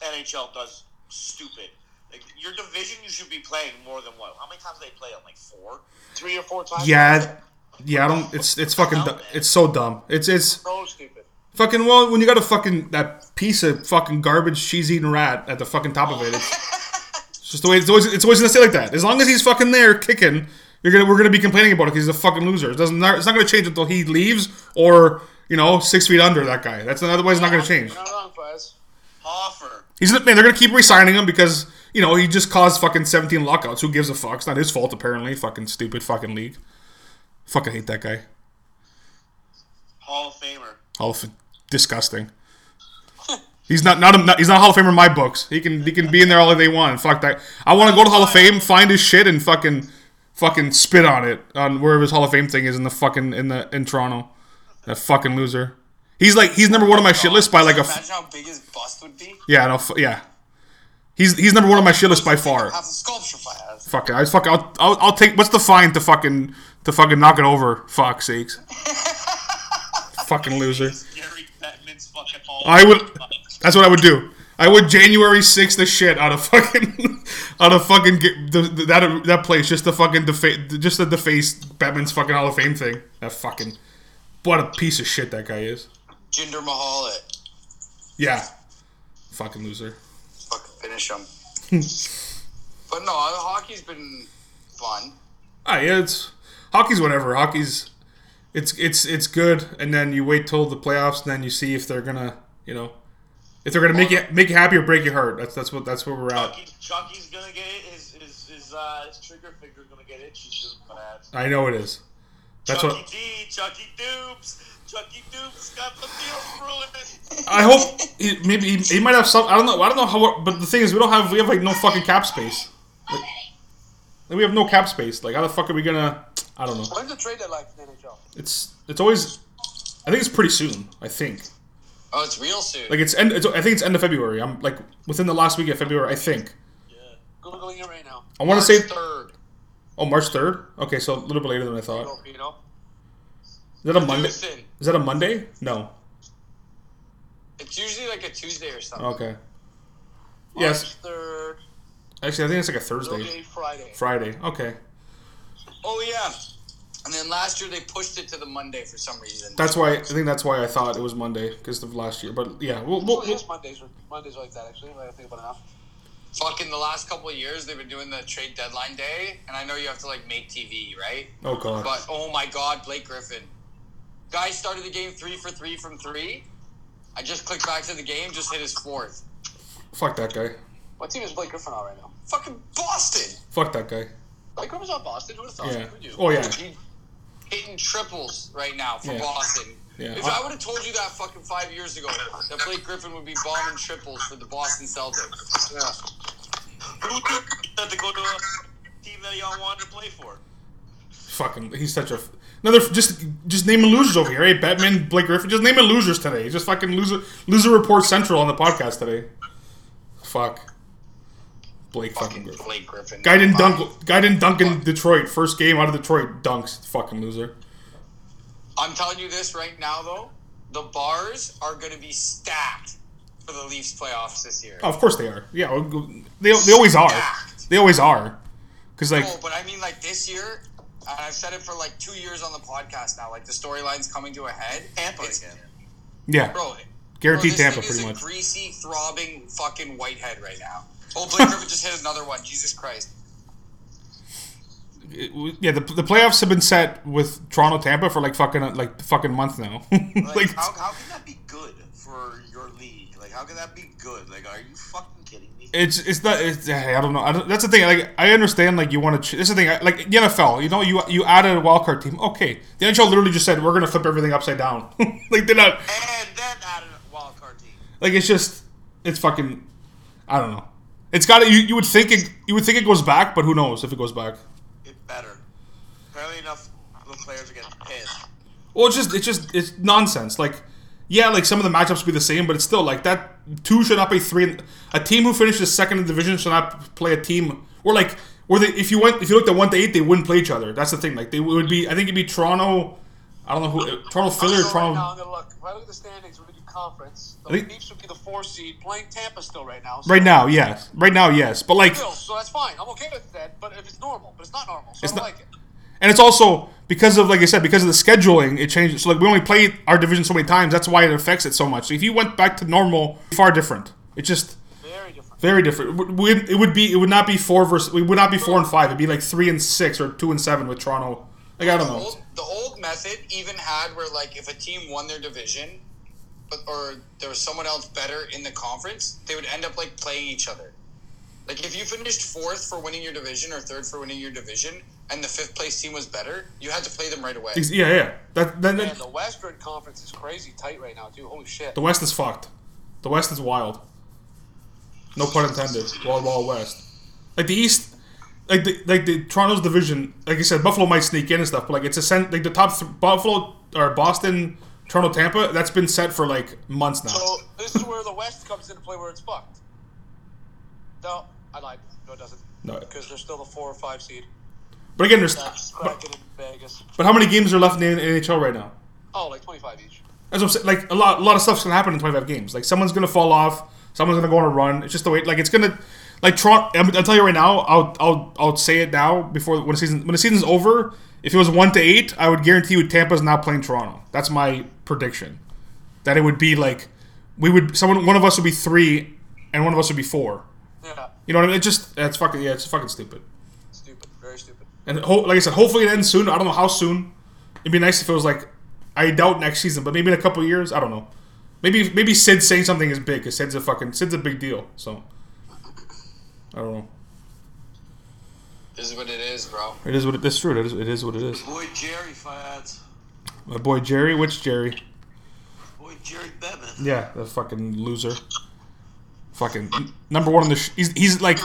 Speaker 4: the NHL does stupid. Like your division, you should be playing more than what? How many times they play them? Like four.
Speaker 5: Three or four times.
Speaker 2: Yeah, yeah, I don't. It's it's fucking du- it's so dumb. It's it's
Speaker 5: So stupid.
Speaker 2: fucking well when you got a fucking that piece of fucking garbage cheese eating rat at the fucking top of it. It's, it's just the way it's always it's always gonna stay like that. As long as he's fucking there kicking, you're gonna we're gonna be complaining about it because he's a fucking loser. It doesn't it's not gonna change until he leaves or you know six feet under that guy. That's otherwise it's not gonna change.
Speaker 5: You're not wrong, Faz.
Speaker 4: Hoffer.
Speaker 2: He's man. They're gonna keep re-signing him because you know he just caused fucking 17 lockouts. Who gives a fuck? It's not his fault apparently. Fucking stupid fucking league. Fucking hate that guy.
Speaker 4: Hall of Famer.
Speaker 2: Hall of disgusting. He's not not, a, not he's not Hall of Fame in my books. He can he can be in there all they want. Fuck that. I want to go to Hall of Fame, find his shit, and fucking fucking spit on it on wherever his Hall of Fame thing is in the fucking in the in Toronto. That fucking loser. He's like he's number one on my shit list by like a f-
Speaker 3: Imagine how big his bust would be.
Speaker 2: yeah no, f- yeah. He's he's number one on my shit list by far.
Speaker 3: Half a sculpture by
Speaker 2: Fuck it. I fuck. I'll, I'll, I'll take. What's the fine to fucking to fucking knock it over? Fuck sakes. fucking loser.
Speaker 4: Gary Bettman's fucking hall.
Speaker 2: I would. That's what I would do. I would January 6th the shit out of fucking out of fucking get, the, the, that that place just to fucking defa- just to deface Batman's fucking Hall of Fame thing. That fucking what a piece of shit that guy is.
Speaker 3: Jinder Mahal it.
Speaker 2: Yeah, fucking loser.
Speaker 3: Fucking finish him. but no, hockey's been fun.
Speaker 2: Ah, yeah, it's hockey's whatever. Hockey's it's it's it's good, and then you wait till the playoffs, and then you see if they're gonna you know if they're gonna make you make you happy or break your heart. That's that's what that's where we're at.
Speaker 4: Chucky, Chucky's gonna get it. His his his, uh, his trigger finger's gonna get itchy soon. perhaps.
Speaker 2: I know it is. That's
Speaker 4: Chucky
Speaker 2: what
Speaker 4: D, Chucky Dooms, Chucky Dooms E. got the field ruined.
Speaker 2: I hope. He, maybe he, he might have some. I don't know. I don't know how. But the thing is, we don't have. We have like no fucking cap space. Like, like, we have no cap space. Like how the fuck are we gonna? I don't know.
Speaker 5: When's the trade deadline for the NHL?
Speaker 2: It's it's always. I think it's pretty soon. I think.
Speaker 3: Oh, it's real soon.
Speaker 2: Like it's end. It's, I think it's end of February. I'm like within the last week of February. I think.
Speaker 5: Googling it right now.
Speaker 2: I want to say.
Speaker 3: third.
Speaker 2: Oh, March third. Okay, so a little bit later than I thought.
Speaker 5: You know,
Speaker 2: Is that a Monday?
Speaker 3: Listen,
Speaker 2: Is that a Monday? No.
Speaker 3: it's usually like a Tuesday or something.
Speaker 2: Okay. Yes.
Speaker 5: third,
Speaker 2: Actually, I think it's like a Thursday.
Speaker 5: okay, Friday.
Speaker 2: Friday. Okay.
Speaker 3: Oh yeah. And then last year they pushed it to the Monday for some reason.
Speaker 2: That's why I think that's why I thought it was Monday because of last year. But yeah, we'll, we'll,
Speaker 5: Well,
Speaker 2: we'll,
Speaker 5: yes, Mondays are Mondays are like that actually. I think about it now.
Speaker 3: Fucking the last couple of years they've been doing the trade deadline day, and I know you have to like make TV, right?
Speaker 2: oh god.
Speaker 3: But oh my god, Blake Griffin. Guy started the game three for three from three. I just clicked back to the game, just hit his fourth.
Speaker 2: Fuck that guy.
Speaker 5: What team is Blake Griffin on right now?
Speaker 3: Fucking Boston!
Speaker 2: Fuck that guy.
Speaker 5: Blake Griffin's on Boston. Who would have thought?
Speaker 2: Yeah.
Speaker 5: Who knew?
Speaker 2: Oh yeah.
Speaker 3: He- hitting triples right now for
Speaker 2: Yeah.
Speaker 3: Boston.
Speaker 2: Yeah.
Speaker 3: If I would have told you that fucking five years ago that Blake Griffin would be bombing triples for the Boston Celtics,
Speaker 4: Who had to go to a team that y'all wanted to play for?
Speaker 2: Fucking. He's such a. Another. Just just naming losers over here. Hey, Batman, Blake Griffin. Just naming losers today. Just fucking loser loser report central on the podcast today. Fuck. Blake fucking
Speaker 3: fucking
Speaker 2: Griffin.
Speaker 3: Blake Griffin.
Speaker 2: Guy didn't dunk. Guy didn't dunk in Detroit. First game out of Detroit. Dunks. Fucking loser.
Speaker 3: I'm telling you this right now, though. The bars are going to be stacked for the Leafs playoffs this year.
Speaker 2: Oh, of course they are. Yeah. They they always are. They always are. Cause like.
Speaker 3: No, Oh, but I mean, like this year, and I've said it for like two years on the podcast now. Like the storyline's coming to a head.
Speaker 4: Tampa
Speaker 3: It's-
Speaker 4: again.
Speaker 2: Yeah.
Speaker 3: bro.
Speaker 2: Guaranteed
Speaker 3: bro, this
Speaker 2: Tampa,
Speaker 3: thing
Speaker 2: pretty
Speaker 3: is
Speaker 2: much.
Speaker 3: A greasy, throbbing, fucking whitehead right now. Oh, Blake Griffin just hit another one. Jesus Christ.
Speaker 2: It- yeah, the, the playoffs have been set with Toronto Tampa for like fucking uh, like fucking month now.
Speaker 4: Like,
Speaker 2: like
Speaker 4: how, how can that be good for your league? Like, how can that be good? Like, are you fucking kidding me?
Speaker 2: it's it's not it's, hey, I don't know. I don't, that's the thing. Like I understand like you want to. Ch- this is the thing. I- Like the NFL, you know, you you added a wild card team. Okay, the NHL literally just said we're gonna flip everything upside down. like they're not.
Speaker 4: And then added a wild card team.
Speaker 2: Like it's just it's fucking. I don't know. It's got to you. You would think it. You would think it goes back, but who knows if it goes back.
Speaker 4: It better. Apparently enough, the players are getting pissed.
Speaker 2: Well, it's just it's just it's nonsense. Like, yeah, like some of the matchups will be the same, but it's still like that. Two should not be three. A team who finishes second in the division should not play a team. Or like, or they, if you went if you looked at one to eight, they wouldn't play each other. That's the thing. Like they would be. I think it'd be Toronto. I don't know who Toronto Philly or
Speaker 5: So right now, I'm
Speaker 2: Toronto.
Speaker 5: gonna look. If I look at the standings, we're gonna do conference. The
Speaker 2: I think-
Speaker 5: Leafs would be the four seed, playing Tampa still right now. So
Speaker 2: Right now, yes. Right now, yes. But like,
Speaker 5: Still, so that's fine. I'm okay with that. But if it's normal, but it's not normal, so
Speaker 2: It's
Speaker 5: I don't
Speaker 2: not-
Speaker 5: like it.
Speaker 2: and it's also because of like I said, because of the scheduling, it changes. So like we only play our division so many times. That's why it affects it so much. if you went back to normal, far different. It just.
Speaker 5: Very different.
Speaker 2: Very different. It would, it would be. It would not be four versus. We would not be four and five. It'd be like three and six or two and seven with Toronto. Like I don't
Speaker 3: The
Speaker 2: know.
Speaker 3: old, the old method even had where like if a team won their division, but or there was someone else better in the conference, they would end up like playing each other. Like if you finished fourth for winning your division or third for winning your division, and the fifth place team was better, you had to play them right away.
Speaker 2: Ex- Yeah, yeah. That then, then
Speaker 5: And the Western Conference is crazy tight right now, too. Holy shit.
Speaker 2: the West is fucked. The West is wild. No pun intended. Wild, wild West. Like the East. Like the like the Toronto's division. Like I said, Buffalo might sneak in and stuff, but like it's a sen- like the top th- Buffalo or Boston, Toronto, Tampa. That's been set for like months now.
Speaker 5: So this is where the West comes into play, where it's fucked. Now, I lied. No, it doesn't.
Speaker 2: No.
Speaker 5: Because they're still the four or five seed.
Speaker 2: But again, there's.
Speaker 5: That's
Speaker 2: But,
Speaker 5: cracking in Vegas.
Speaker 2: but how many games are left in the NHL right now?
Speaker 5: Oh, like 25 each.
Speaker 2: That's what I'm saying. Like a lot, a lot of stuff's gonna happen in 25 games. Like someone's gonna fall off. Someone's gonna go on a run. It's just the way. Like it's gonna. Like Toronto, I'm- I'll tell you right now. I'll, I'll, I'll say it now before when the season when the season's over. If it was one to eight, I would guarantee you Tampa's not playing Toronto. That's my prediction. That it would be like we would someone one of us would be three and one of us would be four.
Speaker 5: Yeah.
Speaker 2: You know what I mean? It just that's fucking yeah, it's fucking stupid.
Speaker 5: Stupid. Very stupid.
Speaker 2: And ho- like I said, hopefully it ends soon. I don't know how soon. It'd be nice if it was like, I doubt next season, but maybe in a couple of years. I don't know. Maybe maybe Sid saying something is big because Sid's a fucking Sid's a big deal. So I don't know.
Speaker 3: This is what it is, bro.
Speaker 2: It is what it, that's true. It is, it is what it is.
Speaker 4: Boy Jerry Fiat.
Speaker 2: My boy Jerry, which Jerry?
Speaker 4: Boy Jerry Bevan.
Speaker 2: Yeah, the fucking loser. Fucking number one on the. Sh- he's he's like.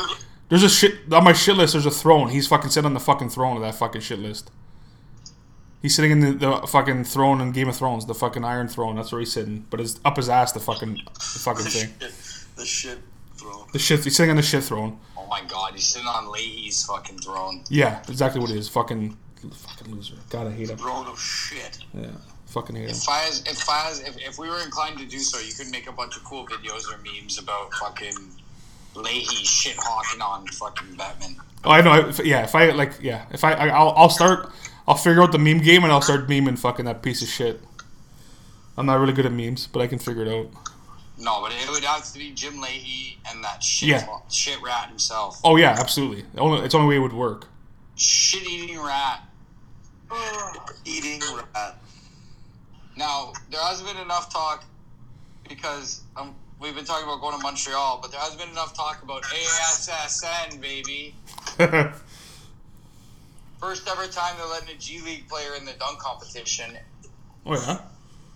Speaker 2: There's a shit on my shit list. There's a throne. He's fucking sitting on the fucking throne of that fucking shit list. He's sitting in the, the fucking throne in Game of Thrones, the fucking Iron Throne. That's where he's sitting, but it's up his ass. The fucking the fucking
Speaker 4: The
Speaker 2: thing.
Speaker 4: shit, the shit throne.
Speaker 2: The shit. He's sitting on the shit throne.
Speaker 3: Oh my god, he's sitting on Leahy's fucking throne.
Speaker 2: Yeah, exactly what it is. Fucking fucking loser. Gotta hate him.
Speaker 4: Throne of shit.
Speaker 2: Yeah, fucking hate him.
Speaker 3: If I was, if I was, if, if we were inclined to do so, you could make a bunch of cool videos or memes about fucking Leahy shit hawking on fucking Batman.
Speaker 2: Oh, I know. If, yeah, if I like, yeah, if I, I I'll, I'll start, I'll figure out the meme game and I'll start memeing fucking that piece of shit. I'm not really good at memes, but I can figure it out.
Speaker 3: No, but it would have to be Jim Leahy and that shit
Speaker 2: Yeah.
Speaker 3: fu- shit rat himself.
Speaker 2: Oh yeah, absolutely. The only, it's the only way it would work.
Speaker 3: Shit eating rat.
Speaker 4: Eating rat.
Speaker 3: Now there hasn't been enough talk because um, we've been talking about going to Montreal, but there hasn't been enough talk about ASSN, baby.
Speaker 2: Oh,
Speaker 3: First ever time they're letting a G League player in the dunk competition.
Speaker 2: Oh yeah,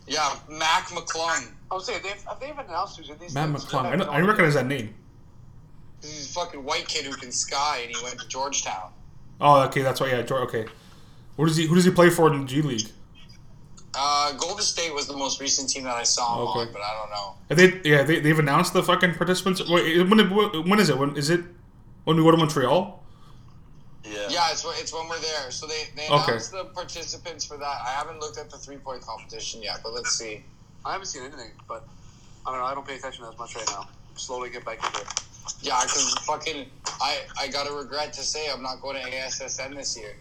Speaker 3: Yeah, Mac McClung.
Speaker 5: I was saying, they've, have they even announced who's in these
Speaker 2: Matt
Speaker 5: things?
Speaker 2: McClung. I,
Speaker 5: have
Speaker 2: know,
Speaker 5: no
Speaker 2: I
Speaker 5: idea.
Speaker 2: recognize that name.
Speaker 3: This is a fucking white kid who can sky, and he went to Georgetown.
Speaker 2: Oh okay, that's why. Yeah, Jor- okay. Where does he? Who does he play for in G League?
Speaker 3: Uh, Golden State was the most recent team that I saw him
Speaker 2: Okay.
Speaker 3: on, but I don't know.
Speaker 2: Have they, yeah, they, they've announced the fucking participants. Wait, when, when is it? When is it? When we go to Montreal?
Speaker 4: Yeah.
Speaker 3: Yeah, it's when- it's when we're there. So they they
Speaker 2: Okay.
Speaker 3: announced the participants for that. I haven't looked at the three point competition yet, but let's see.
Speaker 5: I haven't seen anything, but I don't know. I don't pay attention as much right now. Slowly get back into it.
Speaker 3: Yeah, because fucking I I gotta regret to say I'm not going to ASSN this year.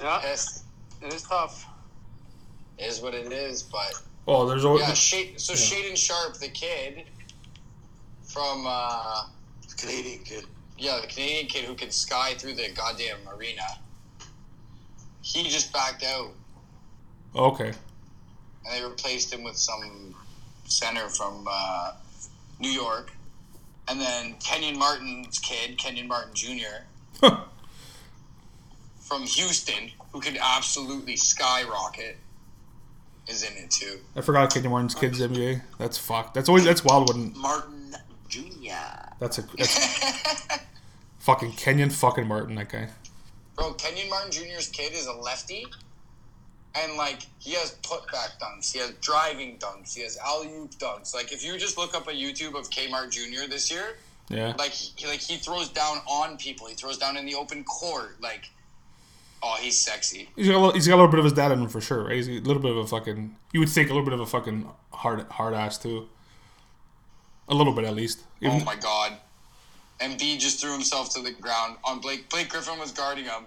Speaker 5: Yeah,
Speaker 3: Yes,
Speaker 5: it is tough.
Speaker 3: is what it is. But
Speaker 2: Oh, there's always.
Speaker 3: yeah, Shade, so Shaden Sharp, the kid from uh,
Speaker 4: Canadian kid.
Speaker 3: yeah, the Canadian kid who can sky through the goddamn arena. He just backed out,
Speaker 2: okay.
Speaker 3: and they replaced him with some center from uh, New York. And then Kenyon Martin's kid, Kenyon Martin Jr.
Speaker 2: Huh.
Speaker 3: from Houston, who can absolutely skyrocket, is in it too.
Speaker 2: I forgot Kenyon Martin's kids NBA. That's fucked. That's always that's wild when
Speaker 4: Martin Jr.
Speaker 2: That's a that's fucking Kenyon fucking Martin. That guy.
Speaker 3: Bro, Kenyon Martin Jr.'s kid is a lefty, and like he has putback dunks, he has driving dunks, he has alley oop dunks. Like if you just look up a YouTube of Kmart Jr. this year,
Speaker 2: Yeah.
Speaker 3: like he, like he throws down on people, he throws down in the open court. Like, oh, he's sexy.
Speaker 2: He's got, a little, he's got a little bit of his dad in him for sure, right? He's a little bit of a fucking. You would think a little bit of a fucking hard hard ass too. A little bit at least.
Speaker 3: Oh
Speaker 2: Even-
Speaker 3: my god. Embiid just threw himself to the ground on Blake. Blake Griffin was guarding him,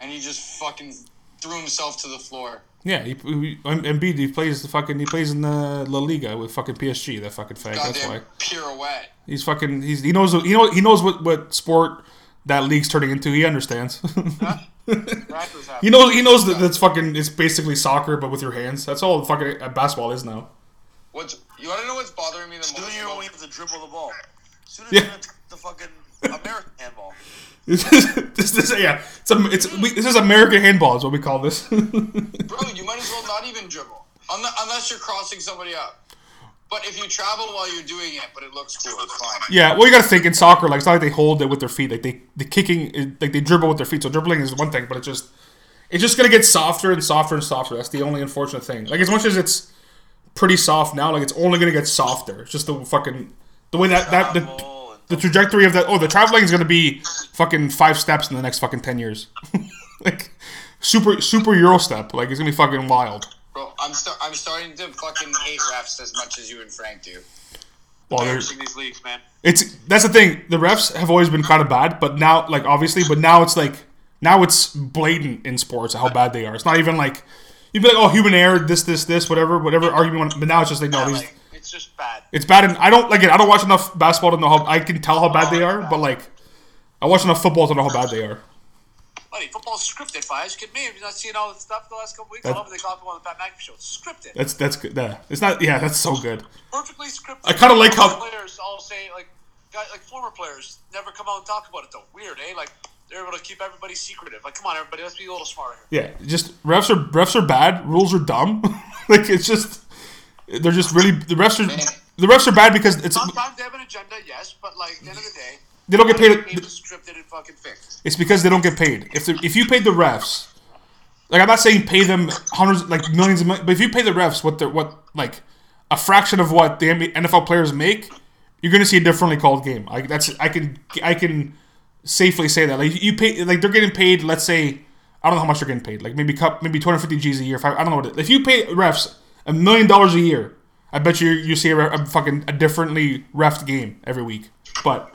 Speaker 3: and he just fucking threw himself to the floor.
Speaker 2: yeah, he, he, Embiid he plays the fucking he plays in the La Liga with fucking PSG. That fucking fag. That's why
Speaker 3: Goddamn pirouette.
Speaker 2: he's fucking he's he knows he know he knows what what sport that league's turning into. He understands.
Speaker 5: That was
Speaker 2: he
Speaker 5: happening.
Speaker 2: knows he knows that that's fucking it's basically soccer but with your hands. That's all fucking uh, basketball is now.
Speaker 3: What's you want to know what's bothering me the
Speaker 4: Soon
Speaker 3: most?
Speaker 4: you're
Speaker 3: about-
Speaker 4: only have to dribble the ball. Soon as
Speaker 2: Yeah.
Speaker 4: you're gonna take the fucking American handball.
Speaker 2: this is, this is yeah. It's a, it's we, this is American handball is what we call this.
Speaker 3: Bro, you might as well not even dribble, Unle- unless you're crossing somebody up. But if you travel while you're doing it, but it looks cool, it's fine.
Speaker 2: yeah, well you got to think in soccer like it's not like they hold it with their feet like they the kicking is, like they dribble with their feet. So dribbling is one thing, but it's just it's just gonna get softer and softer and softer. That's the only unfortunate thing. Like as much as it's pretty soft now, like it's only gonna get softer. It's just the fucking the way that that the
Speaker 4: Travel and
Speaker 2: the trajectory of that. Oh, the traveling is going to be fucking five steps in the next fucking ten years. like super super Euro step. Like it's gonna be fucking wild.
Speaker 3: Bro, I'm sta- I'm starting to fucking hate refs as much as you and Frank do.
Speaker 2: Well, there's,
Speaker 4: Embarrassing these leagues, man.
Speaker 2: it's that's the thing. The refs have always been kind of bad, but now like obviously, but now it's like now it's blatant in sports how bad they are. It's not even like you'd be like, oh, human error, this, this, this, whatever, whatever argument. you want- But now it's just like no, these
Speaker 4: Like, it's just bad.
Speaker 2: it's bad and I don't like it. I don't watch enough basketball to know how I can tell how bad they are, but like I watch enough football to know how bad they are.
Speaker 5: Buddy, football's scripted, Fives. Kid me, have you not seen all the stuff the last couple weeks?
Speaker 2: That-
Speaker 5: I love it. They call it one of the Pat McAfee show. It's scripted.
Speaker 2: That's that's good. Yeah. It's not yeah, that's so good.
Speaker 5: perfectly scripted.
Speaker 2: I kinda like how-
Speaker 5: players all say like, guy, like former players never come out and talk about it though. Weird, eh? Like they're able to keep everybody secretive. Like, come on, everybody, let's be a little smarter here.
Speaker 2: Yeah, just refs are refs are bad, rules are dumb. like it's just they're just really the refs are the refs are bad because it's
Speaker 5: Sometimes they have an agenda, yes, but like at the end of the day,
Speaker 2: they don't get
Speaker 5: it
Speaker 2: paid
Speaker 5: was scripted and fucking fixed.
Speaker 2: it's because they don't get paid. If the, if you paid the refs like I'm not saying pay them hundreds like millions of money, but if you pay the refs what they're what like a fraction of what the NBA NFL players make, you're gonna see a differently called game. Like that's I can I can safely say that like you pay like they're getting paid. Let's say I don't know how much they're getting paid. Like maybe cup maybe 250 G's a year. If I, I don't know what it, if you pay refs a million dollars a year, I bet you you see a, re- a fucking a differently refed game every week. But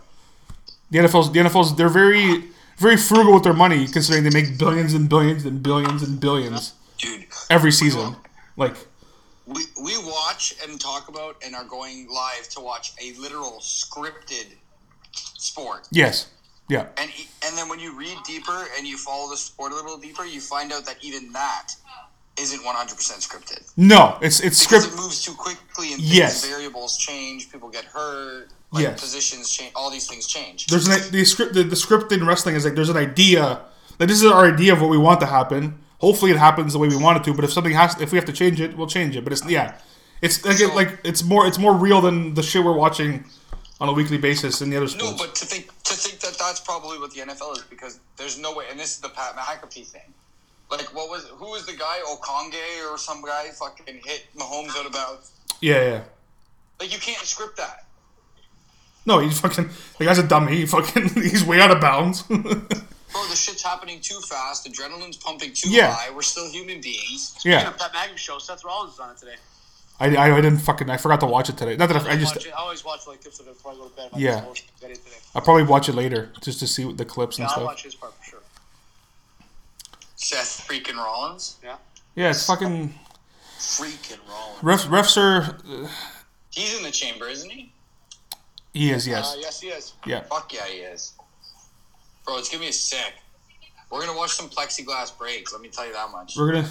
Speaker 2: the NFL's the NFL's they're very very frugal with their money considering they make billions and billions and billions and billions
Speaker 3: Dude,
Speaker 2: every season. Like
Speaker 3: we, we watch and talk about and are going live to watch a literal scripted sport.
Speaker 2: yes, yeah,
Speaker 3: And e- and then when you read deeper and you follow the sport a little deeper, you find out that even that isn't 100% scripted.
Speaker 2: no, it's it's
Speaker 3: Because
Speaker 2: script.
Speaker 3: it moves too quickly and things,
Speaker 2: Yes.
Speaker 3: variables change, people get hurt, like
Speaker 2: Yes.
Speaker 3: positions change, all these things change.
Speaker 2: there's an the script the, the script in wrestling is like there's an idea like this is our idea of what we want to happen. Hopefully it happens the way we want it to, but if something has if we have to change it, we'll change it. But it's yeah. It's like, it, like it's more it's more real than the shit we're watching on a weekly basis in the other sports.
Speaker 3: No, but to think to think that that's probably what the NFL is because there's no way. And this is the Pat McAfee thing. Like, what was who was the guy Okonge or some guy fucking hit Mahomes out of bounds?
Speaker 2: yeah, yeah.
Speaker 3: Like, you can't script that.
Speaker 2: No, he's fucking the guy's a dummy. He fucking he's way out of bounds.
Speaker 3: Bro, the shit's happening too fast. Adrenaline's pumping too
Speaker 2: Yeah.
Speaker 3: high. We're still human beings.
Speaker 5: Yeah.
Speaker 2: yeah.
Speaker 5: Pat McAfee show. Seth Rollins is on it today.
Speaker 2: I, I, I didn't fucking I forgot to watch it today. Not that I, I just
Speaker 5: Watch it. I always watch like clips of it before I go to bed. Like,
Speaker 2: Yeah.
Speaker 5: oh, get it today.
Speaker 2: I'll probably watch it later just to see the clips and
Speaker 5: Yeah, I'll
Speaker 2: stuff.
Speaker 5: watch his part for sure.
Speaker 3: Seth freaking Rollins.
Speaker 5: Yeah.
Speaker 2: Yeah, it's fucking
Speaker 3: Freaking Rollins.
Speaker 2: refs refs are
Speaker 3: He's in the chamber, isn't he?
Speaker 2: he is
Speaker 5: Uh,
Speaker 2: yes.
Speaker 5: yes, he is.
Speaker 2: Yeah.
Speaker 3: Fuck yeah, he is. Bro, it's gonna be sick. We're gonna watch some plexiglass breaks. Let me tell you that much.
Speaker 2: We're going to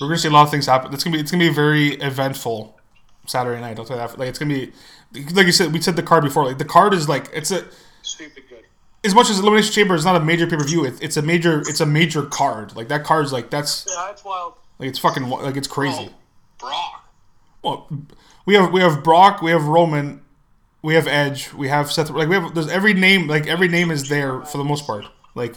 Speaker 2: we're going to see a lot of things happen. It's going to be it's going to be very eventful Saturday night. I'll tell you that. Like it's going to be like you said we said the card before. Like the card is like it's a
Speaker 5: Stupid good.
Speaker 2: as much as Elimination Chamber is not a major pay-per-view, it, it's a major it's a major card. Like that card's like that's
Speaker 5: Yeah, it's wild.
Speaker 2: like it's fucking wi- like it's crazy.
Speaker 5: Oh.
Speaker 3: Brock.
Speaker 2: Well, we have we have Brock, we have Roman, we have Edge, we have Seth. Like we have there's every name like every name is there for the most part. Like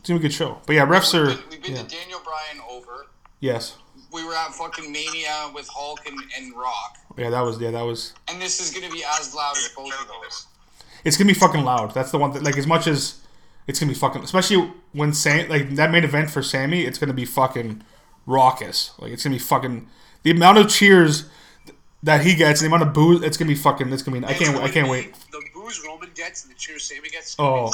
Speaker 2: it's gonna be a good show. But yeah, refs are
Speaker 3: We've been
Speaker 2: yeah.
Speaker 3: to Daniel Bryan over.
Speaker 2: yes.
Speaker 3: We were at fucking Mania with Hulk and, and Rock.
Speaker 2: Yeah, that was yeah that was.
Speaker 3: And this is gonna be as loud as both of those.
Speaker 2: It's gonna be fucking loud. That's the one that like as much as it's gonna be fucking especially when Sam like that main event for Sammy, it's gonna be fucking raucous. Like it's gonna be fucking the amount of cheers that he gets, the amount of booze, it's gonna be fucking. It's gonna be. I can't. I can't wait.
Speaker 5: The booze Roman gets and the cheers Sammy gets.
Speaker 2: Oh,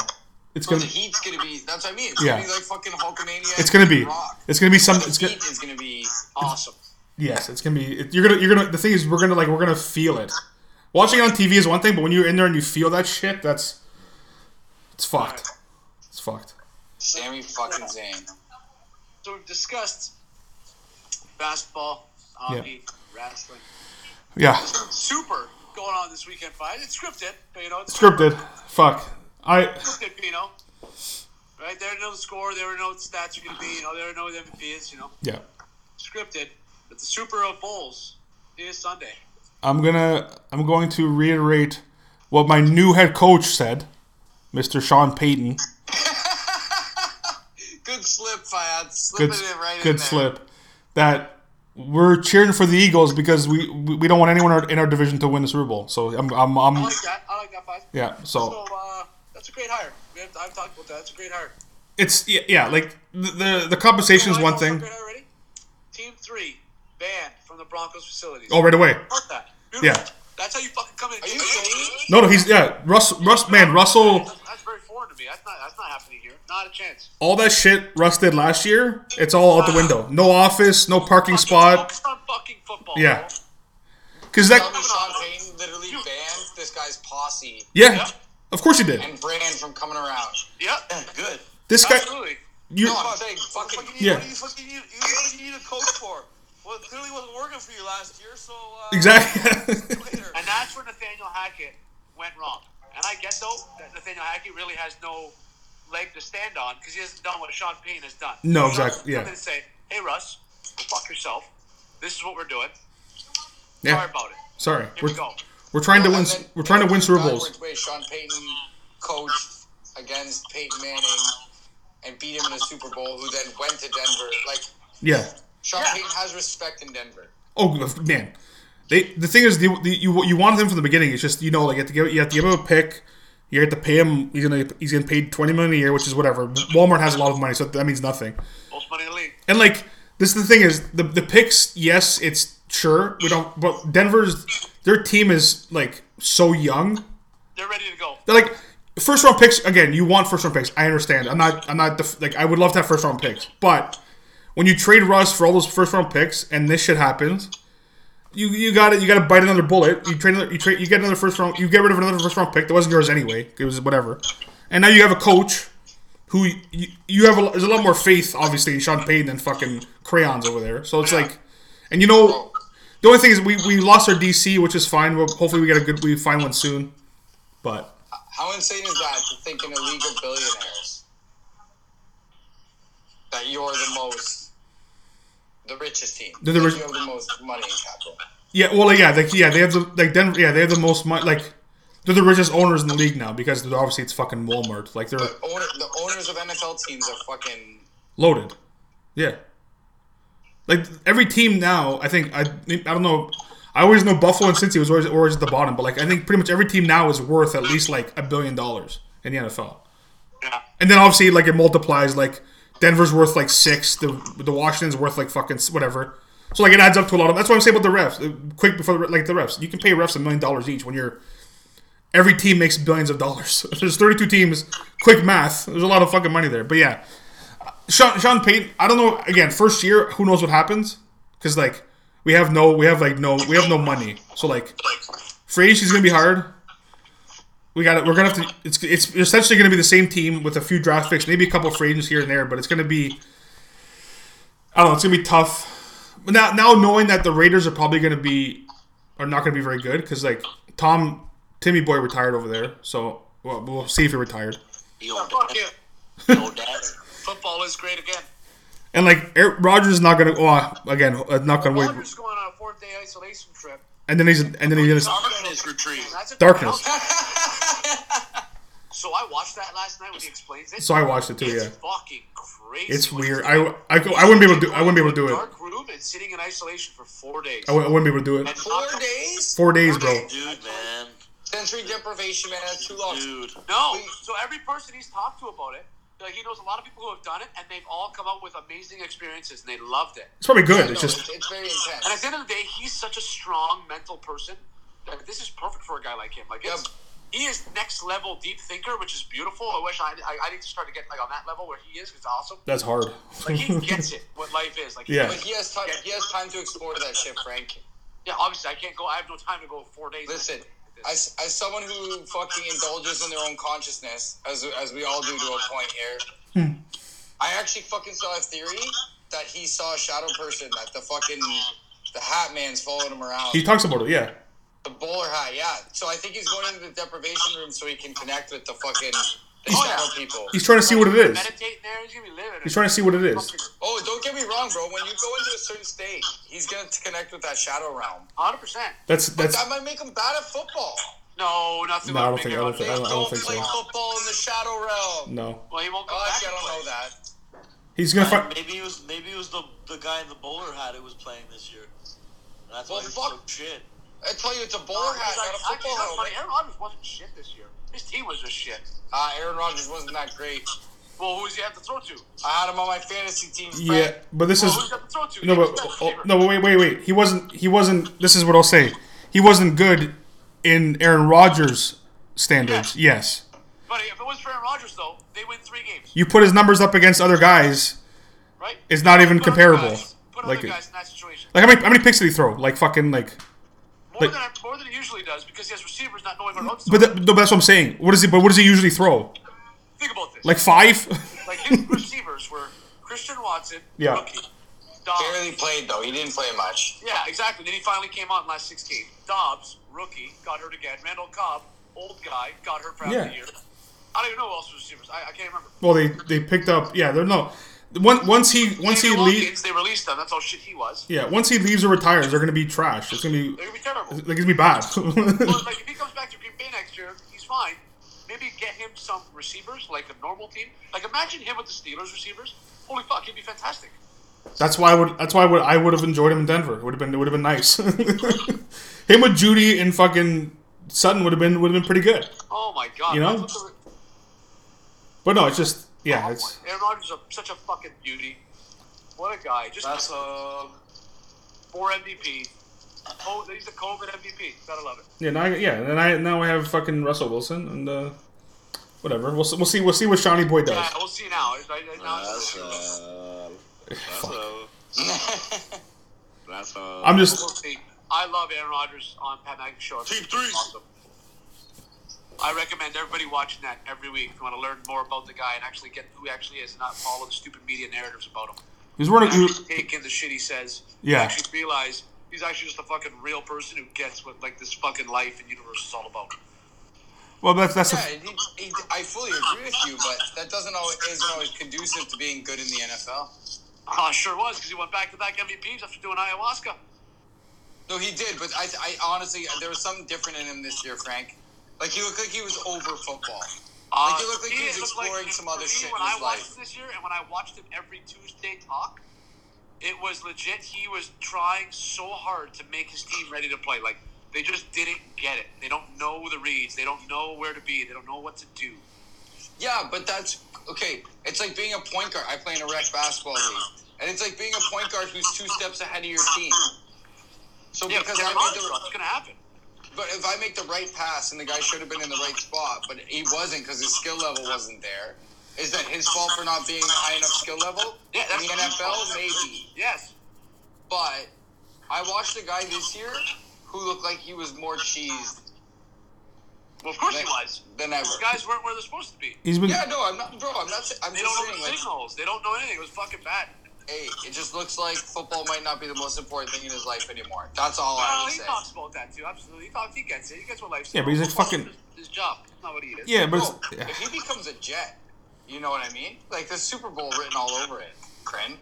Speaker 2: it's
Speaker 3: So
Speaker 2: gonna.
Speaker 3: the heat's gonna be that's what I mean. It's
Speaker 2: Yeah.
Speaker 3: gonna be like fucking Hulkamania.
Speaker 2: It's gonna be.
Speaker 3: and Rock.
Speaker 2: It's gonna be some.
Speaker 3: The
Speaker 2: It's
Speaker 3: heat
Speaker 2: gonna.
Speaker 3: is gonna be
Speaker 5: awesome.
Speaker 2: Yes, it's gonna be. It, you're gonna. You're gonna. The thing is, we're gonna like. We're gonna feel it. Watching it on TV is one thing, but when you're in there and you feel that shit, that's. It's fucked. It's fucked.
Speaker 3: Sammy fucking Zayn.
Speaker 5: So we've discussed basketball, hockey, wrestling.
Speaker 2: Yeah,
Speaker 5: Super going on this weekend, fight. It's scripted, but you know, it's
Speaker 2: scripted. Fuck. I.
Speaker 5: scripted, you know. Right? They already know the score, they already know what the stats are going to be, you know, they already know what the MVP is, you know.
Speaker 2: Yeah.
Speaker 5: Scripted. But the Super of Bowls is Sunday.
Speaker 2: I'm gonna. I'm going to reiterate what my new head coach said, Mr. Sean Payton.
Speaker 3: Good slip, Fayad. Slipping
Speaker 2: Good.
Speaker 3: it right in
Speaker 2: Good
Speaker 3: there.
Speaker 2: slip. That we're cheering for the Eagles because we we we don't want anyone in our- in our division to win the Super Bowl. So I'm I'm,
Speaker 5: I
Speaker 2: I'm
Speaker 5: like that. I like that five.
Speaker 2: yeah.
Speaker 5: So uh, that's a great hire. We have, I've talked about that. That's a great hire.
Speaker 2: It's yeah, yeah like the the, the compensation is
Speaker 5: Oh, I
Speaker 2: one
Speaker 5: know
Speaker 2: thing.
Speaker 5: it's not great already. Team three banned from the Broncos facilities.
Speaker 2: Oh, right away.
Speaker 5: Fuck that. Beautiful.
Speaker 2: Yeah.
Speaker 5: That's how you fucking come in.
Speaker 3: Are you kidding me?
Speaker 2: No, no, he's yeah. Russ, Russ, man, Russell.
Speaker 5: That's, that's very foreign to me. That's not. That's not happening here. Not a chance.
Speaker 2: All that shit Russ did last year, it's all out the window. No office, no parking
Speaker 5: Fucking
Speaker 2: spot.
Speaker 5: Focus on fucking football.
Speaker 2: Yeah.
Speaker 5: bro.
Speaker 2: Cause
Speaker 3: Tell me
Speaker 2: that,
Speaker 3: Sean Payton literally banned this guy's posse
Speaker 2: yeah, of course he did.
Speaker 3: and Brand from coming around.
Speaker 5: Yep.
Speaker 4: Good.
Speaker 3: Oh,
Speaker 2: This guy,
Speaker 5: Absolutely.
Speaker 2: you,
Speaker 3: No, I'm saying fucking.
Speaker 2: Yeah.
Speaker 4: What do you fucking need? You, what do you need a coach for? Well, it clearly wasn't working for you last year, so uh,
Speaker 2: exactly.
Speaker 4: later.
Speaker 5: And that's where Nathaniel Hackett went wrong. And I get though that Nathaniel Hackett really has no leg to stand on because he hasn't done what Sean Payne has done.
Speaker 2: No,
Speaker 5: Sean
Speaker 2: exact-
Speaker 5: Payne
Speaker 2: yeah.
Speaker 5: come in And say, hey Russ, go fuck yourself. This is what we're doing. Sorry
Speaker 2: Yeah,
Speaker 5: about it.
Speaker 2: sorry.
Speaker 5: Here
Speaker 2: We're,
Speaker 5: we go.
Speaker 2: we're trying to win.
Speaker 3: And then-
Speaker 2: We're trying to win Super
Speaker 3: God,
Speaker 2: Bowls.
Speaker 3: which way Sean Payton coached against Peyton Manning and beat him in a Super Bowl, who then went to Denver. Like
Speaker 2: Yeah.
Speaker 3: Sean Payton has respect in Denver.
Speaker 2: Oh man, they the thing is the, the, you you wanted him from the beginning. It's just you know like you have to give you have to give him a pick. You have to pay him. He's gonna he's getting paid twenty million a year, which is whatever. Walmart has a lot of money, so that means nothing.
Speaker 5: Most money in the league.
Speaker 2: And like this, is the thing is the the picks. Yes, it's sure we don't, but Denver's their team is like so young.
Speaker 5: They're ready to go.
Speaker 2: They're like first round picks again. You want first round picks. I understand. I'm not. I'm not def- like I would love to have first round picks, but when you trade Russ for all those first round picks and this shit happens, you you got it. You got to bite another bullet. You trade. another- You trade. You get another first round. You get rid of another first round pick that wasn't yours anyway. It was whatever. And now you have a coach who you, you have. A, there's a lot more faith, obviously, in Sean Payton than fucking crayons over there. So it's like, and you know. The only thing is we, we lost our DC, which is fine. We'll, hopefully we get a good we find one soon, but
Speaker 3: How insane is that to think in a league of billionaires that you're the most, the richest team?
Speaker 2: They're the
Speaker 3: Like,
Speaker 2: rich-
Speaker 3: you have the most money in capital.
Speaker 2: Yeah, well, like, yeah, like yeah, they have the like Denver. Yeah, they have the most money. Like they're the richest owners in the league now because they're- obviously it's fucking Walmart. Like they're
Speaker 3: Owner, the owners of NFL teams are fucking.
Speaker 2: loaded. Yeah. Like every team now, I think I I don't know. I always know Buffalo and Cincy was always always at the bottom, but like I think pretty much every team now is worth at least like a billion dollars in the NFL.
Speaker 5: Yeah.
Speaker 2: And then obviously like it multiplies. Like Denver's worth like six. The the Washington's worth like fucking s- whatever. So like it adds up to a lot of. That's what I'm saying about the refs. Uh, Quick before the, like the refs, you can pay refs a million dollars each when you're. Every team makes billions of dollars. There's 32 teams. Quick math. There's a lot of fucking money there. But yeah, Sean Sean Payton. I don't know. Again, first year, who knows what happens? Because like we have no, we have like no, we have no money. So like, free agency's gonna be hard. We got it. We're gonna have to. It's it's essentially gonna be the same team with a few draft picks, maybe a couple free agents here and there, but it's gonna be. I don't know. It's gonna be tough. But now, now knowing that the Raiders are probably gonna be, are not gonna be very good because like Tom, Timmy Boy retired over there, so well, we'll see if he retired.
Speaker 5: Yeah, fuck you.
Speaker 4: No dad.
Speaker 5: Football is great again.
Speaker 2: And like Aaron Rodgers is not gonna. Oh, again, uh, knock on wood.
Speaker 5: Rodgers going on a four day isolation trip.
Speaker 2: And then he's and then he's gonna
Speaker 4: Darkness retrieve.
Speaker 5: That's a
Speaker 2: darkness.
Speaker 5: So I watched that last night when he explains it.
Speaker 2: So I watched it too.
Speaker 5: it's
Speaker 2: Yeah,
Speaker 5: fucking crazy.
Speaker 2: it's
Speaker 5: what he's
Speaker 2: weird.
Speaker 5: doing.
Speaker 2: I, I, go- I wouldn't be able to. Do, I wouldn't be able to do it.
Speaker 5: Dark room and sitting in isolation for four days.
Speaker 2: I wou- I wouldn't be able to do it.
Speaker 3: Four days?
Speaker 2: Four days, bro.
Speaker 4: Dude, man.
Speaker 3: Sensory deprivation, man. That's too long.
Speaker 4: Dude.
Speaker 5: No. So every person he's talked to about it, like he knows a lot of people who have done it, and they've all come up with amazing experiences, and they loved it.
Speaker 2: It's probably good.
Speaker 3: No,
Speaker 2: It's
Speaker 3: it's,
Speaker 2: just
Speaker 3: it's very
Speaker 5: And at
Speaker 3: intense.
Speaker 5: the end of the day, he's such a strong mental person. That this is perfect for a guy like him. Like, it's, he is next level deep thinker, which is beautiful. I wish I, I, I need to start to get like on that level where he is. 'cause It's awesome.
Speaker 2: that's hard.
Speaker 5: Like he gets it, what life is. Like, he
Speaker 2: Yeah.
Speaker 3: But he has time. He has time to explore that shit, Frank.
Speaker 5: Yeah, obviously I can't go. I have no time to go four days.
Speaker 3: Listen,
Speaker 5: Like this.
Speaker 3: as, as someone who fucking indulges in their own consciousness, as, as we all do to a point here,
Speaker 2: Hmm.
Speaker 3: I actually fucking saw a theory that he saw a shadow person, that the fucking the hat man's following him around,
Speaker 2: He talks about it. Yeah.
Speaker 3: the bowler hat. Yeah, so I think he's going into the deprivation room so he can connect with the fucking the
Speaker 5: Oh,
Speaker 3: shadow
Speaker 5: yeah.
Speaker 3: people.
Speaker 2: He's trying to see what it is.
Speaker 5: Meditate in there. He's gonna be living.
Speaker 2: He's trying to see what it is.
Speaker 3: Oh, don't get me wrong, bro. When you go into a certain state, he's gonna connect with that shadow realm.
Speaker 5: Hundred percent.
Speaker 2: That's
Speaker 3: But
Speaker 2: that's.
Speaker 3: that might make him bad at football.
Speaker 5: No, nothing.
Speaker 2: No, I
Speaker 5: would
Speaker 2: don't think-
Speaker 5: make it
Speaker 2: I don't
Speaker 5: on
Speaker 2: think- I
Speaker 5: there.
Speaker 2: don't
Speaker 3: Don't
Speaker 2: think so.
Speaker 3: play football in the shadow realm.
Speaker 2: No.
Speaker 5: Well, he won't go
Speaker 3: Oh,
Speaker 5: back.
Speaker 3: actually, I
Speaker 5: and
Speaker 3: don't
Speaker 5: play.
Speaker 3: know that.
Speaker 2: He's gonna
Speaker 4: I-
Speaker 2: fight.
Speaker 4: maybe it was maybe it was the the guy in the bowler hat who was playing this year. And that's
Speaker 3: Well,
Speaker 4: why he's
Speaker 3: fuck.
Speaker 4: so shit.
Speaker 3: I tell you, it's a bowler
Speaker 5: Or
Speaker 3: hat,
Speaker 5: like,
Speaker 3: not a
Speaker 5: actually,
Speaker 3: football
Speaker 5: you know what's funny?
Speaker 3: helmet.
Speaker 5: Aaron Rodgers wasn't shit this year. His team was just shit.
Speaker 3: Uh, Aaron Rodgers wasn't that great.
Speaker 5: Well, who does he have to throw to?
Speaker 3: I had him on my fantasy team.
Speaker 2: Yeah, but this
Speaker 5: Well,
Speaker 2: is
Speaker 5: who does he have to throw to?
Speaker 2: no,
Speaker 5: He was
Speaker 2: but
Speaker 5: the best
Speaker 2: oh,
Speaker 5: receiver.
Speaker 2: no, but wait, wait, wait. He wasn't. He wasn't. This is what I'll say. He wasn't good in Aaron Rodgers' standards. Yes,
Speaker 5: But if it was for Aaron Rodgers, though, they win three games,
Speaker 2: you put his numbers up against other guys.
Speaker 5: right?
Speaker 2: It's not even
Speaker 5: Put other
Speaker 2: comparable.
Speaker 5: guys- Put
Speaker 2: Like
Speaker 5: other
Speaker 2: it-
Speaker 5: guys in that situation.
Speaker 2: Like how many how many picks did he throw? Like fucking like.
Speaker 5: More
Speaker 2: like-
Speaker 5: than more than he usually does because he has receivers not knowing where to throw.
Speaker 2: But, that, but that's what I'm saying. What is he? But what does he usually throw?
Speaker 5: Think about this.
Speaker 2: Like five?
Speaker 5: Like his receivers were Christian Watson,
Speaker 2: Yeah.
Speaker 5: rookie, Dobbs.
Speaker 3: Barely played though. He didn't play much.
Speaker 5: Yeah, exactly. Then he finally came on last six games. Dobbs, rookie, got hurt again. Randall Cobb, old guy, got hurt for half
Speaker 2: Yeah.
Speaker 5: the year. I don't even know who else was receivers. I, I can't remember.
Speaker 2: well, they they picked up. Yeah, they're no. Once once he once he
Speaker 5: David
Speaker 2: leaves.
Speaker 5: Watkins, they released him. That's how shit he was.
Speaker 2: Yeah, once he leaves or retires, they're gonna be trash. It's gonna be
Speaker 5: They're gonna be terrible.
Speaker 2: like it's gonna be bad.
Speaker 5: Well, like if he comes back to Green Bay next year, he's fine. Maybe get him some receivers, like a normal team. Like imagine him with the Steelers receivers. Holy fuck, he'd be fantastic.
Speaker 2: that's why I would. That's why I would. I would have enjoyed him in Denver. It would have been. It would have been nice. him with Judy and fucking Sutton would have been would have been pretty good.
Speaker 5: Oh my god.
Speaker 2: You know?
Speaker 5: that's what the-
Speaker 2: But no, it's just yeah. It's
Speaker 5: Aaron Rodgers is a- such a fucking beauty. What a guy. Just
Speaker 3: That's
Speaker 5: uh, four MVP. Oh, he's a COVID MVP. Gotta love it.
Speaker 2: yeah. Now I, yeah. And then I now I have fucking Russell Wilson and uh, whatever. We'll s- we'll see. We'll see what Shawnee Boy does.
Speaker 5: Yeah, we'll see now. It's like- now it's-
Speaker 4: That's uh, that's uh, that's uh,
Speaker 2: I'm
Speaker 5: we'll
Speaker 2: just
Speaker 5: see. I love Aaron Rodgers on Pat McAfee's show.
Speaker 4: Team three.
Speaker 5: Awesome. I recommend everybody watching that every week if you want to learn more about the guy and actually get who he actually is and not follow the stupid media narratives about him.
Speaker 2: he's wearing a,
Speaker 5: Actually take in the shit he says.
Speaker 2: Yeah.
Speaker 5: Actually realize he's actually just a fucking real person who gets what like this fucking life and universe is all about.
Speaker 2: well. That's that's
Speaker 3: Yeah,
Speaker 2: the
Speaker 3: he, he, I fully agree with you, but that doesn't always isn't always conducive to being good in the NFL.
Speaker 5: Ah, sure was because he went back to back MVPs after doing ayahuasca.
Speaker 3: No, he did, but I, I honestly there was something different in him this year, Frank. Like he looked like he was over football.
Speaker 5: Uh,
Speaker 3: Like, he looked like he was
Speaker 5: looked
Speaker 3: exploring some other shit
Speaker 5: for me,
Speaker 3: in
Speaker 5: When
Speaker 3: his
Speaker 5: I watched
Speaker 3: life.
Speaker 5: him this year, and when I watched him every Tuesday talk, it was legit. He was trying so hard to make his team ready to play. Like they just didn't get it. They don't know the reads. They don't know where to be. They don't know what to do.
Speaker 3: Yeah, but that's okay. It's like being a point guard. I play in a rec basketball league, and it's like being a point guard who's two steps ahead of your team. So
Speaker 5: Yeah,
Speaker 3: because
Speaker 5: because
Speaker 3: I made the
Speaker 5: it's gonna happen.
Speaker 3: But if I make the right pass and the guy should have been in the right spot, but he wasn't because his skill level wasn't there, is that his fault for not being high enough skill level?
Speaker 5: Yeah, that's
Speaker 3: in the
Speaker 5: his fault.
Speaker 3: NFL, maybe.
Speaker 5: Yes.
Speaker 3: But I watched a guy this year who looked like he was more cheesed
Speaker 5: Well, of course
Speaker 3: than,
Speaker 5: he was.
Speaker 3: than ever.
Speaker 5: Those guys weren't where they're supposed to be.
Speaker 2: he's been.
Speaker 3: Yeah, no, I'm not, bro. I'm not. sa- I'm
Speaker 5: They
Speaker 3: just
Speaker 5: don't know
Speaker 3: saying,
Speaker 5: the
Speaker 3: like,
Speaker 5: signals. They don't know anything. It was fucking bad.
Speaker 3: hey, it just looks like football might not be the most important thing in his life anymore. That's all I
Speaker 5: Well,
Speaker 3: would
Speaker 5: he
Speaker 3: say.
Speaker 5: talks about that too. Absolutely, he talks. He gets it. He gets what life's.
Speaker 2: Yeah, but he's a
Speaker 5: Football's
Speaker 2: fucking-
Speaker 5: his, his job. It's not what he is.
Speaker 2: Yeah, but
Speaker 3: Bro,
Speaker 2: it's, yeah.
Speaker 3: if he becomes a Jet, you know what I mean? Like the Super Bowl written all over it. Kren.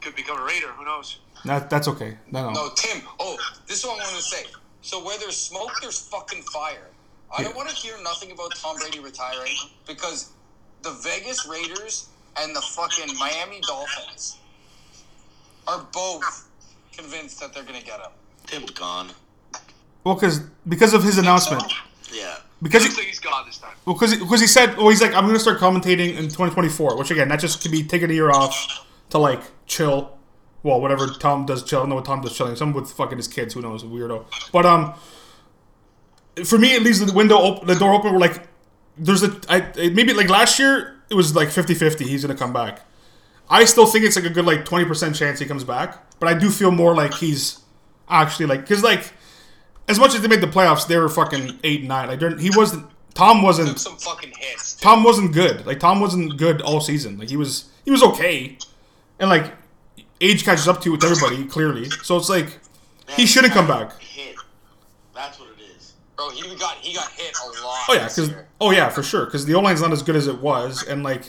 Speaker 5: could become a Raider. Who knows?
Speaker 2: That, that's okay. No, no.
Speaker 3: No, Tim. Oh, this is what I want to say. So where there's smoke, there's fucking fire. I don't want to hear nothing about Tom Brady retiring because the Vegas Raiders and the fucking Miami Dolphins are both convinced that they're gonna get him.
Speaker 4: Tim's gone.
Speaker 2: Well, because because of his announcement,
Speaker 4: Yeah,
Speaker 2: because he,
Speaker 5: Looks like he's gone this time.
Speaker 2: Well, because he said, well, he's like, I'm going to start commentating in 2024, which again, that just could be taking a year off to like chill. Well, whatever Tom does chill. I don't know what Tom does chilling. Some with fucking his kids. Who knows? Weirdo. But um, for me, it leaves the window open, the door open. We're like, there's a I, it- maybe like last year it was like 50-50. He's gonna come back. I still think it's like a good like 20% chance he comes back. But I do feel more like he's actually like because like as much as they made the playoffs, they were fucking eight and nine. Like they're- he wasn't. Tom wasn't.
Speaker 3: Some fucking hits. dude.
Speaker 2: Tom wasn't good. Like Tom wasn't good all season. Like he was he was okay, and like age catches up to with everybody clearly. So it's like he shouldn't come back.
Speaker 4: hit. That's what it is.
Speaker 3: Bro, he got he got hit a lot.
Speaker 2: Oh yeah,
Speaker 3: this
Speaker 2: because
Speaker 3: year.
Speaker 2: oh yeah for sure because the O line's not as good as it was, and like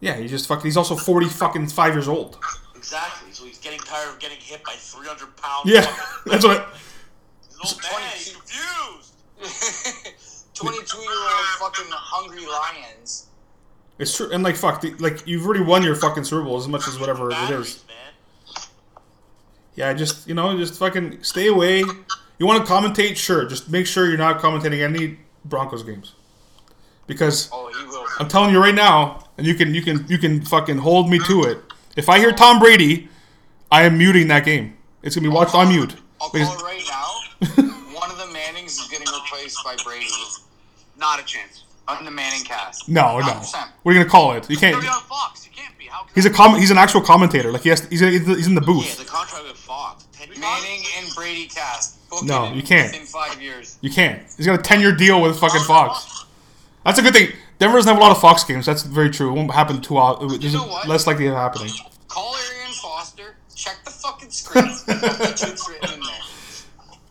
Speaker 2: yeah he just fucking he's also forty fucking five years old.
Speaker 4: Exactly. So he's getting tired of getting hit by 300 pounds.
Speaker 2: Yeah, that's what. I,
Speaker 4: No man, he's confused.
Speaker 3: 22 year old fucking hungry lions
Speaker 2: It's true, and like fuck, the, like you've already won your fucking Super Bowl as much as whatever it
Speaker 4: Batteries,
Speaker 2: is.
Speaker 4: man.
Speaker 2: Yeah, just you know, just fucking stay away. You want to commentate? Sure, just make sure you're not commentating any Broncos games, because
Speaker 3: Oh, he will.
Speaker 2: I'm telling you right now, and you can you can you can fucking hold me to it. If I hear Tom Brady, I am muting that game. It's gonna be watched on mute.
Speaker 3: I'll call
Speaker 2: Because-
Speaker 3: it right now. One of the Mannings is getting replaced by Brady.
Speaker 5: Not a chance.
Speaker 3: On the Manning cast.
Speaker 2: No, no.
Speaker 3: 100%.
Speaker 2: What are you gonna call it? You can't.
Speaker 5: He's on Fox. He can't be. How can
Speaker 2: He's a com- He's an actual commentator. Like he has. He's, he's in the
Speaker 4: Yeah,
Speaker 2: booth.
Speaker 4: the contract with Fox. Ten years.
Speaker 3: Manning and Brady cast. Book
Speaker 2: No,
Speaker 3: it in-
Speaker 2: you can't.
Speaker 3: Within five years.
Speaker 2: You can't. He's got a ten-year deal with fucking Fox. That's a good thing. Denver doesn't have a lot of Fox games. That's very true. It won't happen too often. It's
Speaker 3: know what?
Speaker 2: less likely of happening.
Speaker 3: Call Arian Foster. Check the fucking script. That's what's written in there.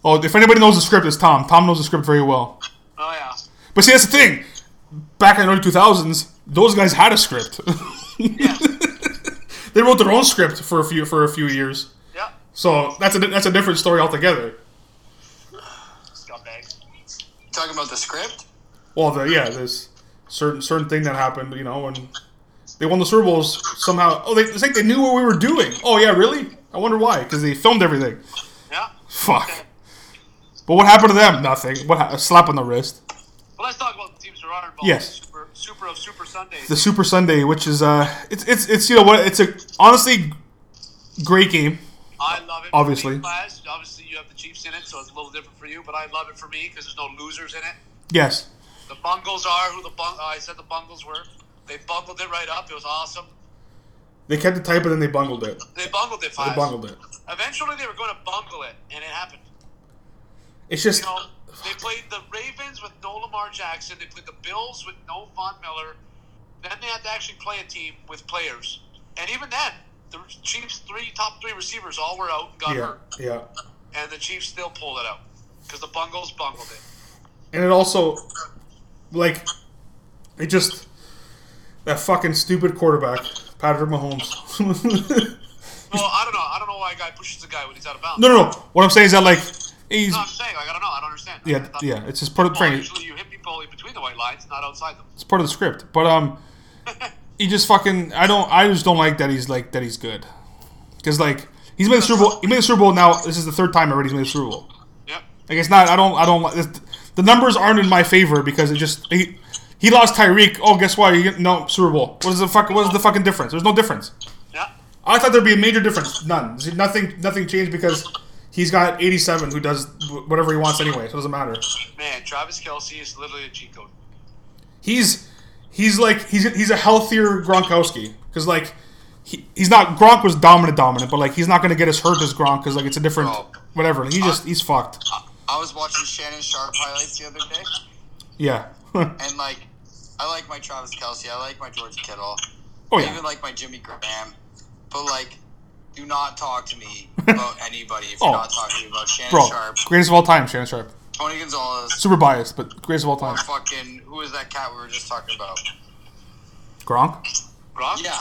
Speaker 2: Oh, if anybody knows the script, it's Tom. Tom knows the script very well.
Speaker 5: Oh yeah.
Speaker 2: But see, that's the thing. Back in the early two thousands, those guys had a script. they wrote their own script for a few for a few years.
Speaker 5: Yeah.
Speaker 2: So that's a that's a different story altogether.
Speaker 5: Scumbag.
Speaker 3: Talking about the script?
Speaker 2: Well, the, yeah, there's certain certain thing that happened, you know, and they won the Super Bowls somehow. Oh, they it's like they knew what we were doing. Oh yeah, really? I wonder why because they filmed everything.
Speaker 5: Yeah.
Speaker 2: Fuck. But what happened to them? Nothing. What ha- a slap on the wrist?
Speaker 5: Well, let's talk about the teams that are honored.
Speaker 2: Yes.
Speaker 5: Super, super of Super Sundays.
Speaker 2: The Super Sunday, which is uh, it's it's it's you know what? It's a honestly great game.
Speaker 5: I love it.
Speaker 2: Obviously.
Speaker 5: For me, Plaz, obviously, you have the Chiefs in it, so it's a little different for you. But I love it for me because there's no losers in it.
Speaker 2: Yes.
Speaker 5: The Bungles are who the bung. I said the Bungles were. They bungled it right up. It was awesome.
Speaker 2: They kept it tight, but then they bungled it.
Speaker 5: They bungled it.
Speaker 2: They
Speaker 5: Five.
Speaker 2: bungled it.
Speaker 5: Eventually, they were going to bungle it, and it happened.
Speaker 2: It's just
Speaker 5: You know, they played the Ravens with no Lamar Jackson. They played the Bills with no Von Miller. Then they had to actually play a team with players, and even then, the Chiefs' three top three receivers all were out and got
Speaker 2: yeah,
Speaker 5: hurt,
Speaker 2: yeah.
Speaker 5: and the Chiefs still pulled it out because the Bungles bungled it.
Speaker 2: And it also, like, it just that fucking stupid quarterback, Patrick Mahomes.
Speaker 5: Well, I don't know. I don't know why a guy pushes a guy when he's out of bounds.
Speaker 2: no, no, no. What I'm saying is that like he's
Speaker 5: No, I'm saying like I don't know. I don't understand. I
Speaker 2: yeah,
Speaker 5: thought-
Speaker 2: yeah. It's just part of the
Speaker 5: Well,
Speaker 2: training.
Speaker 5: usually you hit people in between the white lines, not outside them.
Speaker 2: It's part of the script. But um, he just fucking. I don't. I just don't like that he's like that he's good. Because like he's made the Super Bowl. He made the Super Bowl now. This is the third time already he's made the Super Bowl.
Speaker 5: Yep.
Speaker 2: Like it's not. I don't. I don't. like- The numbers aren't in my favor because it just he, he lost Tyreek. Oh, guess what? He get- no Super Bowl. What is the fuck? What is the fucking difference? There's no difference.
Speaker 5: Yeah.
Speaker 2: I thought there'd be a major difference. None. See, Nothing. Nothing changed because he's got 87, who does wh- whatever he wants anyway. So it doesn't matter.
Speaker 5: Man, Travis Kelsey is literally a cheat code.
Speaker 2: He's he's like he's he's a healthier Gronkowski because like. He, he's not Gronk was dominant, dominant, but like he's not gonna get as hurt as Gronk because like it's a different
Speaker 3: Bro.
Speaker 2: whatever. He just he's fucked.
Speaker 3: I was watching Shannon Sharp highlights the other day,
Speaker 2: Yeah. oh
Speaker 3: and like, I like my Travis Kelsey, I like my George Kittle, I
Speaker 2: Oh, yeah.
Speaker 3: even like my Jimmy Graham, but like, do not talk to me about anybody if you're
Speaker 2: Oh.
Speaker 3: not talking to me about Shannon
Speaker 2: Bro,
Speaker 3: Sharp,
Speaker 2: greatest of all time, Shannon Sharp.
Speaker 3: Tony Gonzalez,
Speaker 2: Super biased, but greatest of all time.
Speaker 3: or fucking who is that cat we were just talking about?
Speaker 2: Gronk.
Speaker 5: Gronk?
Speaker 3: Yeah,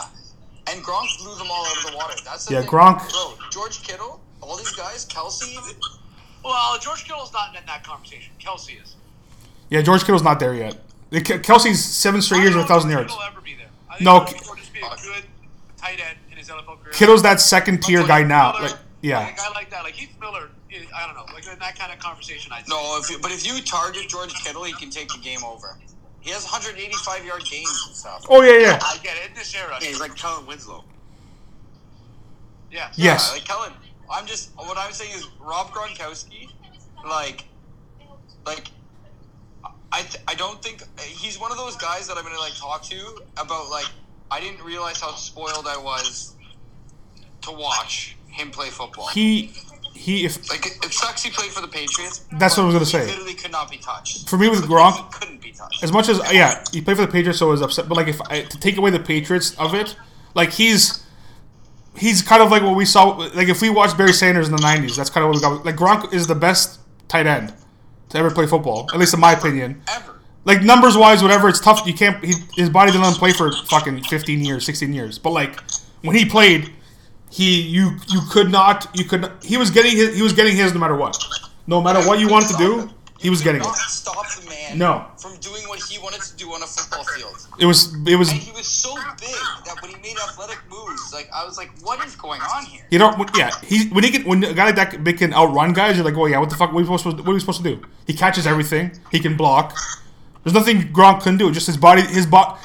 Speaker 3: and Gronk blew them all out of the water. That's the
Speaker 2: Yeah,
Speaker 3: thing.
Speaker 2: Gronk-
Speaker 3: Bro, George Kittle, all these guys, Kelsey,
Speaker 5: Well, George Kittle's not in that conversation. Kelsey is.
Speaker 2: Yeah, George Kittle's not there yet. The- Ke- Kelsey's seven straight years
Speaker 5: I
Speaker 2: with
Speaker 5: don't
Speaker 2: a
Speaker 5: know if
Speaker 2: thousand yards.
Speaker 5: Kittle will ever be there. I think
Speaker 2: No,
Speaker 5: George Kittle will just be a good tight end in his NFL career.
Speaker 2: Kittle's that second tier
Speaker 5: Like
Speaker 2: guy now.
Speaker 5: Miller,
Speaker 2: Like, yeah,
Speaker 5: like a guy like that, like Heath Miller. is- I don't know, like in that kind of conversation. I
Speaker 3: No, if you, but if you target George Kittle, he can take the game over. He has 185 yard games and stuff.
Speaker 2: Oh yeah, yeah.
Speaker 5: I get it in this era.
Speaker 3: He's like Kellen Winslow.
Speaker 5: Yeah.
Speaker 2: Yes.
Speaker 3: Yeah, like Kellen. I'm just what I'm saying is Rob Gronkowski, like, like. I, th- I don't think he's one of those guys that I'm gonna like talk to about like I didn't realize how spoiled I was to watch him play football.
Speaker 2: He he. If
Speaker 3: Like it, it sucks he played for the Patriots.
Speaker 2: That's
Speaker 3: but
Speaker 2: what I was gonna say.
Speaker 3: he Literally could not be touched.
Speaker 2: for me with
Speaker 3: But
Speaker 2: Gronk,
Speaker 3: he couldn't be touched.
Speaker 2: as much as yeah, he played for the Patriots, so I was upset. But like, if I, to take away the Patriots of it, like he's he's kind of like what we saw. Like if we watched Barry Sanders in the '90s, that's kind of what we got. Like Gronk is the best tight end to ever play football, at least in my opinion.
Speaker 3: ever.
Speaker 2: like numbers wise, whatever. It's tough. You can't. He, his body didn't let him play for fucking fifteen years, sixteen years. But like when he played, he you you could not you could not, he was getting his he was getting his no matter what, no matter what you wanted to do. He was getting it.
Speaker 3: Not stop the man
Speaker 2: No.
Speaker 3: from doing what he wanted to do on a football field.
Speaker 2: It was it was
Speaker 3: And he was so big that when he made athletic moves, like I was like, what is going on here?
Speaker 2: you know when- yeah he when he can when a guy like that big can outrun guys you're like oh yeah what the fuck what are we supposed to, what are we supposed to do he catches everything he can block there's nothing Gronk couldn't do just his body his bot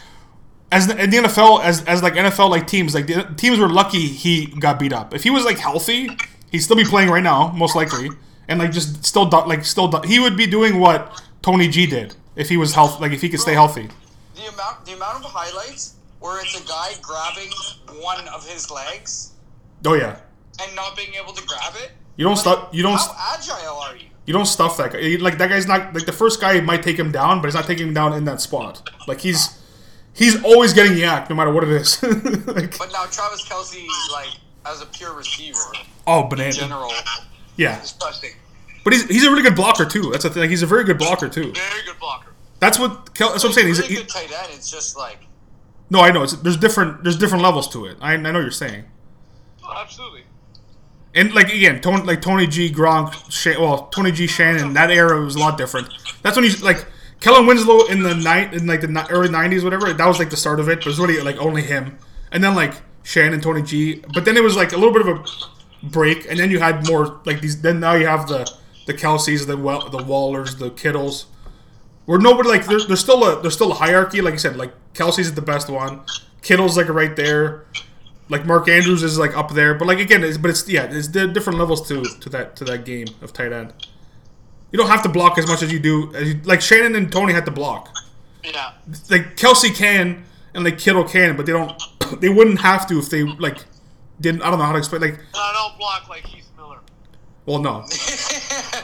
Speaker 2: as the, in the NFL as as like NFL like teams like the teams were lucky he got beat up if he was like healthy he'd still be playing right now most likely and like just still do- like still do- he would be doing what Tony G did if he was health like if he could stay healthy
Speaker 3: The amount the amount of highlights where it's a guy grabbing one of his legs
Speaker 2: oh yeah
Speaker 3: and not being able to grab it.
Speaker 2: you don't stop you don't
Speaker 3: How agile are you?
Speaker 2: You don't stuff that guy. You- Like that guy's not like the first guy might take him down, but he's not taking him down in that spot. Like he's he's always getting yak no matter what it is. like,
Speaker 3: But now Travis Kelsey, like as a pure receiver,
Speaker 2: oh, banana.
Speaker 3: general,
Speaker 2: Yeah,
Speaker 3: disgusting.
Speaker 2: but he's, he's a really good blocker too. That's the thing. Like, he's a very good blocker too.
Speaker 5: Very good blocker.
Speaker 2: That's what Kel- that's what I'm saying. He's,
Speaker 3: really
Speaker 2: he,
Speaker 3: good tight end. It's just like
Speaker 2: no, I know. It's, there's different there's different levels to it. I, I know what you're saying.
Speaker 5: Absolutely.
Speaker 2: And like again, Tony, like Tony G, Gronk, Sha- well, Tony G, Shannon, that era was a lot different. That's when you like Kellen Winslow in the night in like the ni- early '90s, whatever. That was like the start of it, but it was really like only him. And then like Shannon, Tony G, but then it was like a little bit of a break, and then you had more like these. Then now you have the the Kelseys, the well, the Wallers, the Kittles. Where nobody like there, there's still a there's still a hierarchy. Like I said, like Kelsey's the best one. Kittle's like right there like Mark Andrews is like up there, but like again, it's, but it's yeah, it's the different levels to to that to that game of tight end. You don't have to block as much as you do. As you, like Shannon and Tony had to block.
Speaker 5: Yeah.
Speaker 2: Like Kelsey can and like Kittle can, but they don't. They wouldn't have to if they like didn't. I don't know how to explain. Like,
Speaker 5: No, don't block like Heath Miller.
Speaker 2: well, no,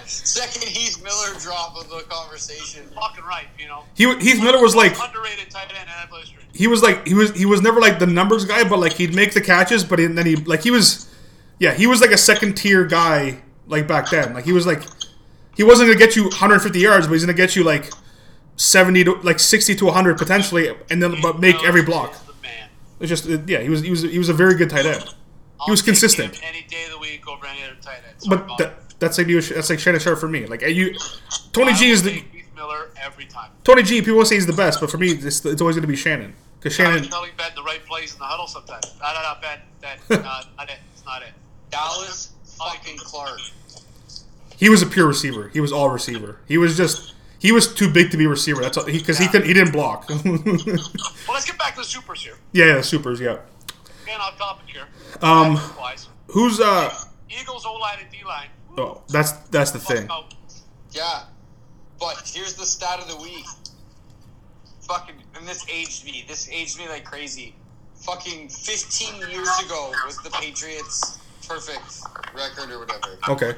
Speaker 3: second Heath Miller drop of the conversation.
Speaker 5: Fucking right, you know.
Speaker 2: he Heath Miller was like
Speaker 5: underrated tight end in NFL history.
Speaker 2: he was like he was he was never like the numbers guy, but like he'd make the catches, but then he like he was, yeah, he was like a second tier guy like back then. Like he was like he wasn't gonna get you 150 yards, but he's gonna get you like 70 to like 60 to 100 potentially, and then but make every block.
Speaker 5: He's the man.
Speaker 2: It's just it- yeah, he was he was he was a very good tight end. He was
Speaker 5: I'll take
Speaker 2: consistent.
Speaker 5: him Any day of the week over any other tight end. Sorry,
Speaker 2: But
Speaker 5: Bob.
Speaker 2: that, that's like you- that's like Shannon Sharp for me. Like you, Tony
Speaker 5: I
Speaker 2: G
Speaker 5: will
Speaker 2: is the
Speaker 5: take Heath Miller every time.
Speaker 2: Tony G. People say he's the best, but for me, it's, it's always gonna be Shannon because
Speaker 5: I'm
Speaker 2: Shannon.
Speaker 5: telling Ben the right place in the huddle sometimes. No, no, no, Ben, that not, not it. It's not it.
Speaker 3: Dallas fucking Clark.
Speaker 2: he was a pure receiver. He was all receiver. He was just he was too big to be receiver. That's all, he because he could he didn't block.
Speaker 5: Well, let's get back to the supers here.
Speaker 2: yeah, yeah, supers. Yeah.
Speaker 5: Again, off topic here.
Speaker 2: Um,
Speaker 5: Wise.
Speaker 2: Who's uh?
Speaker 5: Eagles O line and D line.
Speaker 2: Oh, that's that's the thing.
Speaker 5: Out.
Speaker 3: Yeah. But here's the stat of the week. Fucking, and this aged me. This aged me like crazy. Fucking 15 years ago was the Patriots' perfect record or whatever.
Speaker 2: Okay.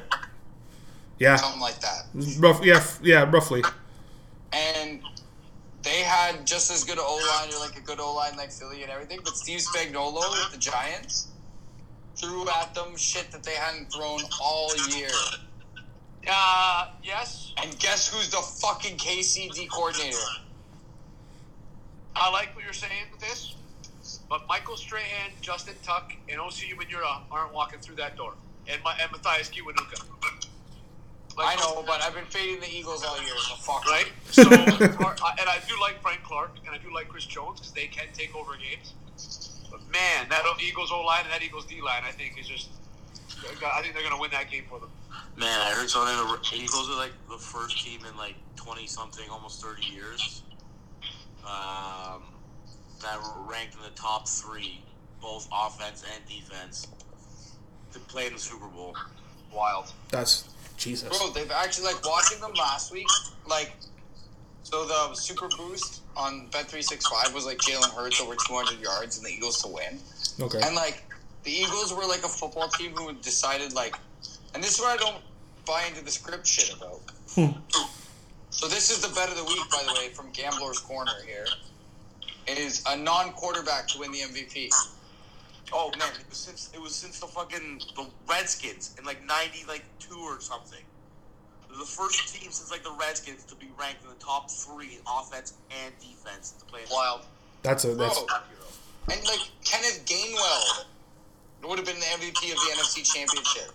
Speaker 2: Yeah.
Speaker 3: Something like that.
Speaker 2: Rough. Yeah. f- Yeah. Roughly.
Speaker 3: And they had just as good an O line or like a good O line like Philly and everything. But Steve Spagnolo with the Giants threw at them shit that they hadn't thrown all year.
Speaker 5: Uh, yes,
Speaker 3: And guess who's the fucking KCD coordinator?
Speaker 5: I like what you're saying with this, but Michael Strahan, Justin Tuck, and OCU Manura aren't walking through that door. And my and Matthias Kiwanuka.
Speaker 3: I know, but I've been fading the Eagles all year. So fuck
Speaker 5: right? So, and I do like Frank Clark and I do like Chris Jones because they can take over games. But man, that Eagles O line and that Eagles D line, I think is just. I think they're going to win that game for them.
Speaker 4: Man, I heard something. The Eagles are like the first team in like twenty something, almost thirty years, um, that were ranked in the top three, both offense and defense, to play in the Super Bowl.
Speaker 5: Wild.
Speaker 2: That's Jesus.
Speaker 3: Bro, they've actually like watching them last week. Like, so the super boost on Bet three six five was like Jalen Hurts over two hundred yards and the Eagles to win.
Speaker 2: Okay.
Speaker 3: And like the Eagles were like a football team who decided like, and this is where I don't buy into the script shit about.
Speaker 2: Hmm.
Speaker 3: so this is the bet of the week, by the way, from Gambler's Corner here. Is a non-quarterback to win the MVP.
Speaker 4: Oh man, it was since it was since the fucking the Redskins in like ninety like two or something. They're The first team since like the Redskins to be ranked in the top three in offense and defense to play. in the
Speaker 3: Wild. Oh,
Speaker 2: That's a that's
Speaker 3: Bro, and like Kenneth Gainwell would have been the MVP of the NFC Championship.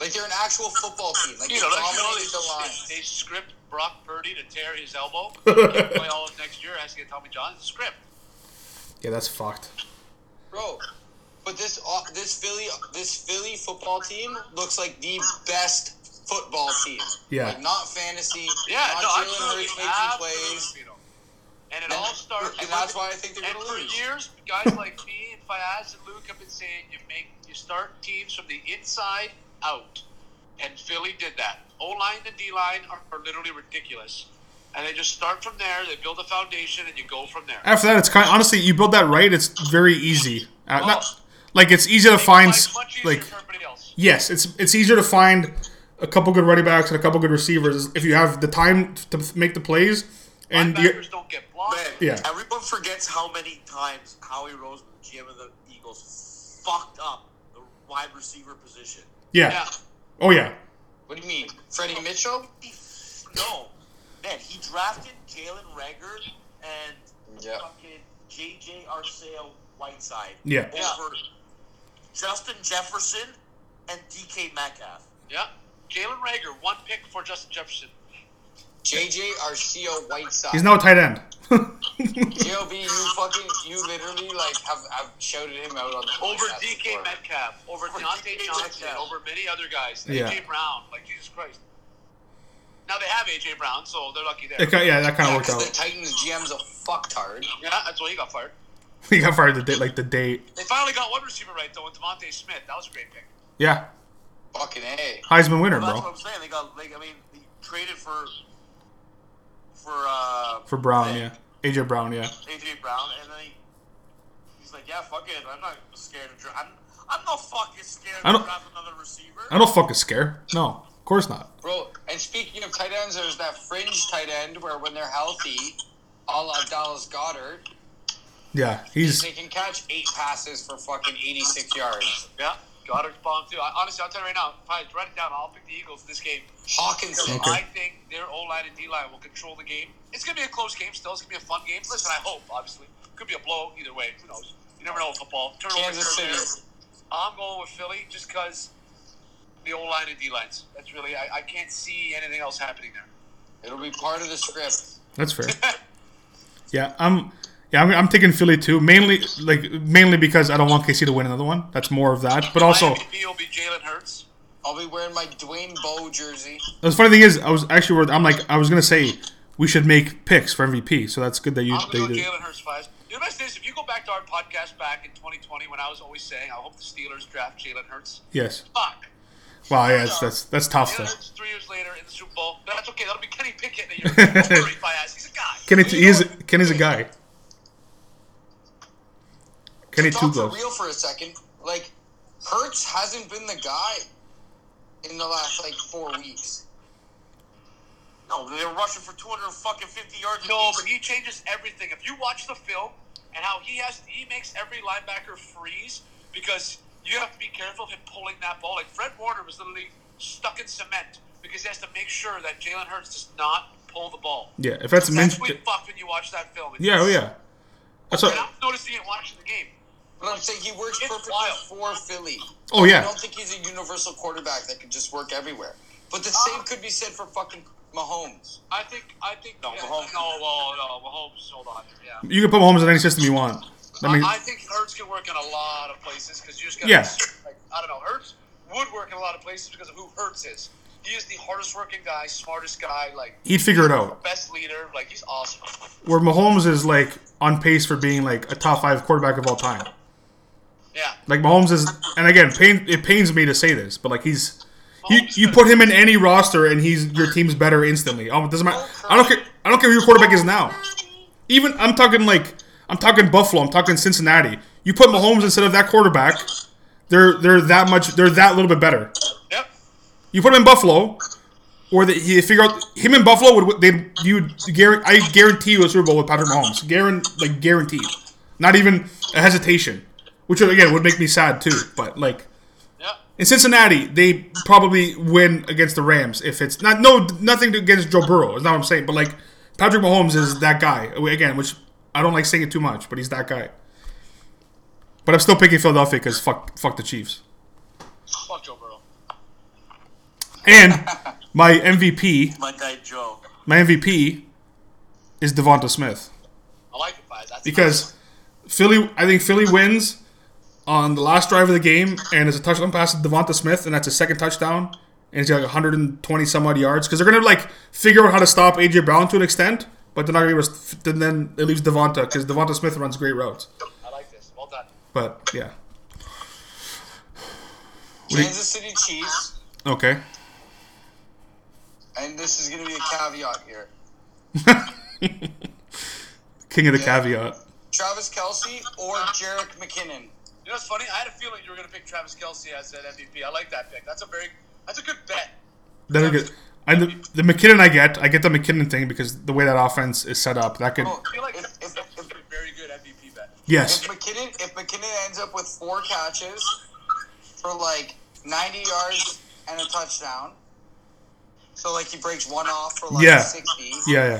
Speaker 3: Like they're an actual football team. Like
Speaker 5: You
Speaker 3: they
Speaker 5: know, like, you know,
Speaker 3: dominated the line.
Speaker 5: they, they script Brock Purdy to tear his elbow, and play all of next year. Has to get Tommy John. It's a script.
Speaker 2: Yeah, that's fucked.
Speaker 3: Bro, but this uh, this Philly this Philly football team looks like the best football team.
Speaker 2: Yeah.
Speaker 3: Like not fantasy.
Speaker 5: Yeah,
Speaker 3: Not
Speaker 5: no,
Speaker 3: Jalen
Speaker 5: absolutely,
Speaker 3: Hurts making plays.
Speaker 5: absolutely. And it all starts.
Speaker 3: and that's why I think they're
Speaker 5: And
Speaker 3: gonna
Speaker 5: for
Speaker 3: lose.
Speaker 5: years, guys like me and Fayaz and Luke have been saying you make you start teams from the inside out, and Philly did that. O line and D line are, are literally ridiculous, and they just start from there. They build a foundation, and you go from there.
Speaker 2: After that, it's kind. honestly, you build that right, it's very easy. Uh, not, like it's easy to find
Speaker 5: Like,
Speaker 2: s-
Speaker 5: much easier
Speaker 2: like
Speaker 5: for everybody else.
Speaker 2: yes, it's it's easier to find a couple good running backs and a couple good receivers if you have the time to f- make the plays. And you,
Speaker 5: Linebackers don't get blocked.
Speaker 4: Man,
Speaker 2: Yeah.
Speaker 4: everyone forgets how many times Howie Roseman, GM of the Eagles, fucked up the wide receiver position.
Speaker 2: yeah,
Speaker 5: Yeah.
Speaker 2: oh yeah,
Speaker 3: What do you mean, Freddie Mitchell?
Speaker 4: He- No, man, he drafted Jalen Rager and
Speaker 3: Yeah.
Speaker 4: fucking JJ Arceo Whiteside
Speaker 2: Yeah.
Speaker 4: over Justin Jefferson and DK Metcalf.
Speaker 5: Yeah. Jalen Rager, one pick for Justin Jefferson.
Speaker 3: JJ Arceo Whiteside.
Speaker 2: he's now a tight end.
Speaker 3: JLB, you fucking, you literally like have, have shouted him out on the
Speaker 4: Oh,
Speaker 5: Over
Speaker 3: podcast
Speaker 5: DK
Speaker 3: before.
Speaker 5: Metcalf, over Deontay
Speaker 4: DK
Speaker 5: Johnson,
Speaker 4: Metcalf.
Speaker 5: over many other guys.
Speaker 2: Yeah.
Speaker 5: AJ Brown, like Jesus Christ. Now they have AJ Brown, so they're lucky there.
Speaker 2: It ki- yeah, that kind of
Speaker 3: Yeah,
Speaker 2: worked
Speaker 3: 'cause the
Speaker 2: out.
Speaker 3: Titans GM's a fucktard.
Speaker 5: Yeah, that's why he got fired.
Speaker 2: He got fired the day, like the day.
Speaker 5: They finally got one receiver right though, with Devontae Smith. That was a great pick.
Speaker 2: Yeah,
Speaker 3: Fucking a.
Speaker 2: Heisman winner,
Speaker 4: Well, that's what
Speaker 2: bro,
Speaker 4: I'm saying. They got like I mean, they traded for for uh
Speaker 2: for Brown. Yeah, AJ Brown. Yeah,
Speaker 4: AJ Brown, and then he, he's like, "Yeah, fuck it, I'm not scared of draft. I'm, I'm not fucking scared
Speaker 2: I
Speaker 4: to
Speaker 2: don't-
Speaker 4: draft another receiver."
Speaker 2: I don't fucking scare. No, of course not.
Speaker 3: Bro, and speaking of tight ends, there's that fringe tight end where when they're healthy, a la Dallas Goddard,
Speaker 2: Yeah, he's
Speaker 3: they can catch eight passes for fucking 86 yards.
Speaker 5: Yeah. Goddard's bomb too. I, honestly, I'll tell you right now, if I had to write it down, I'll pick the Eagles this game.
Speaker 3: Hawkinson.
Speaker 5: I think their O line and D line will control the game. It's gonna be a close game still. It's gonna be a fun game. Listen, I hope obviously could be a blow either way. Who knows? You never know with football. Turnovers
Speaker 3: Kansas
Speaker 5: here and
Speaker 3: City.
Speaker 5: there. I'm going with Philly just because the O line and D lines. That's really I, I can't see anything else happening there.
Speaker 3: It'll be part of the script.
Speaker 2: That's fair. yeah, I'm. Yeah, I'm, I'm taking Philly too. Mainly, like mainly because I don't want KC to win another one. That's more of that. But also,
Speaker 5: My MVP will be Jalen Hurts.
Speaker 3: I'll be wearing my Dwayne Bowe jersey.
Speaker 2: the funny thing is, I was actually worried- I'm like I was gonna say we should make picks for MVP. So that's good that you
Speaker 5: I'm
Speaker 2: they
Speaker 5: gonna go
Speaker 2: did.
Speaker 5: Jalen Hurts five. The best is if you go back to our podcast back in 2020 when I was always saying I hope the Steelers draft Jalen Hurts.
Speaker 2: Yes.
Speaker 5: Fuck.
Speaker 2: Wow. Yeah. That's that's, that's tough.
Speaker 5: Jalen
Speaker 2: Though.
Speaker 5: Hurts three years later in the Super Bowl. That's okay. That'll be Kenny Pickett in a year. Don't worry, Fias. He's a guy.
Speaker 2: Kenny, he is Kenny's a guy. Kenny two
Speaker 3: Talk for
Speaker 2: goes.
Speaker 3: real for a second. Like, Hertz hasn't been the guy in the last, like, four weeks.
Speaker 4: No, they were rushing for 200 fucking 50 yards.
Speaker 5: No, but he changes everything. If you watch the film and how he has, he makes every linebacker freeze because you have to be careful of him pulling that ball. Like Fred Warner was literally stuck in cement because he has to make sure that Jalen Hurts does not pull the ball.
Speaker 2: Yeah. If that's
Speaker 5: That's
Speaker 2: Minch.
Speaker 5: what you fuck when you watch that film. It's-
Speaker 2: Yeah. Oh yeah. That's
Speaker 5: And
Speaker 2: what,
Speaker 5: I'm noticing it watching the game.
Speaker 3: But I'm saying he works
Speaker 5: It's
Speaker 3: perfectly
Speaker 5: wild.
Speaker 3: for Philly.
Speaker 2: Oh, yeah.
Speaker 3: I don't think he's a universal quarterback that can just work everywhere. But the same could be said for fucking Mahomes.
Speaker 5: I think, I think, no,
Speaker 4: Mahomes-
Speaker 5: no, well, no, Mahomes, hold on here, yeah.
Speaker 2: you can put Mahomes in any system you want. I mean,
Speaker 5: I, I think Hurts can work in a lot of places because you just got
Speaker 2: Yeah.
Speaker 5: like I don't know. Hurts would work in a lot of places because of who Hurts is. He is the hardest working guy, smartest guy, like
Speaker 2: he'd figure it out.
Speaker 5: best leader. Like he's awesome.
Speaker 2: where Mahomes is like on pace for being like a top five quarterback of all time.
Speaker 5: Yeah,
Speaker 2: Like Mahomes is, and again, pain, it pains me to say this, but like he's, you,
Speaker 5: Mahomes
Speaker 2: you
Speaker 5: is-
Speaker 2: put him in any roster and he's your team's better instantly. Oh, it doesn't matter. I don't care. I don't care who your quarterback is now. Even I'm talking like I'm talking Buffalo. I'm talking Cincinnati. You put Mahomes instead of that quarterback, they're they're that much. They're that little bit better.
Speaker 5: yep.
Speaker 2: You put him in Buffalo, or that he figure out him in Buffalo would they you guarantee I guarantee you a Super Bowl with Patrick Mahomes, guarantee like guaranteed, not even a hesitation, which again would make me sad too. But like
Speaker 5: Yeah.
Speaker 2: in Cincinnati, they probably win against the Rams if it's not no nothing against Joe Burrow is not what I'm saying, but like Patrick Mahomes is that guy again, which I don't like saying it too much, but he's that guy. But I'm still picking Philadelphia because fuck fuck the Chiefs.
Speaker 5: Fuck Joe Burrow.
Speaker 2: And my MVP,
Speaker 5: My guy Joe.
Speaker 2: my MVP is Devonta Smith
Speaker 3: I like it, Pies. That's
Speaker 2: because Philly. I think Philly wins on the last drive of the game, and it's a touchdown pass to Devonta Smith, and that's his second touchdown, and he's got like 120 some odd yards because they're gonna like figure out how to stop AJ Brown to an extent, but they're not gonna. be able to- Then then it leaves Devonta because Devonta Smith runs great routes,
Speaker 3: I like this. Well done.
Speaker 2: but yeah. do you-
Speaker 3: Kansas City Chiefs,
Speaker 2: Okay.
Speaker 3: and this is going to be a caveat here.
Speaker 2: King of the caveat.
Speaker 3: Travis Kelsey or Jarek McKinnon.
Speaker 5: You know what's funny? I had a feeling you were going to pick Travis Kelsey as an MVP. I like that pick. That's a very, that's a good bet.
Speaker 2: That I get. And the, the McKinnon I get, I get the McKinnon thing because the way that offense is set up, that could.
Speaker 3: Oh,
Speaker 5: I feel like
Speaker 3: if,
Speaker 5: that's
Speaker 3: if,
Speaker 5: a
Speaker 3: if,
Speaker 5: very good MVP bet.
Speaker 2: Yes.
Speaker 3: if McKinnon if McKinnon ends up with four catches for like 90 yards and a touchdown, so like he breaks one off for like
Speaker 2: Yeah.
Speaker 3: 60,
Speaker 2: Yeah, yeah.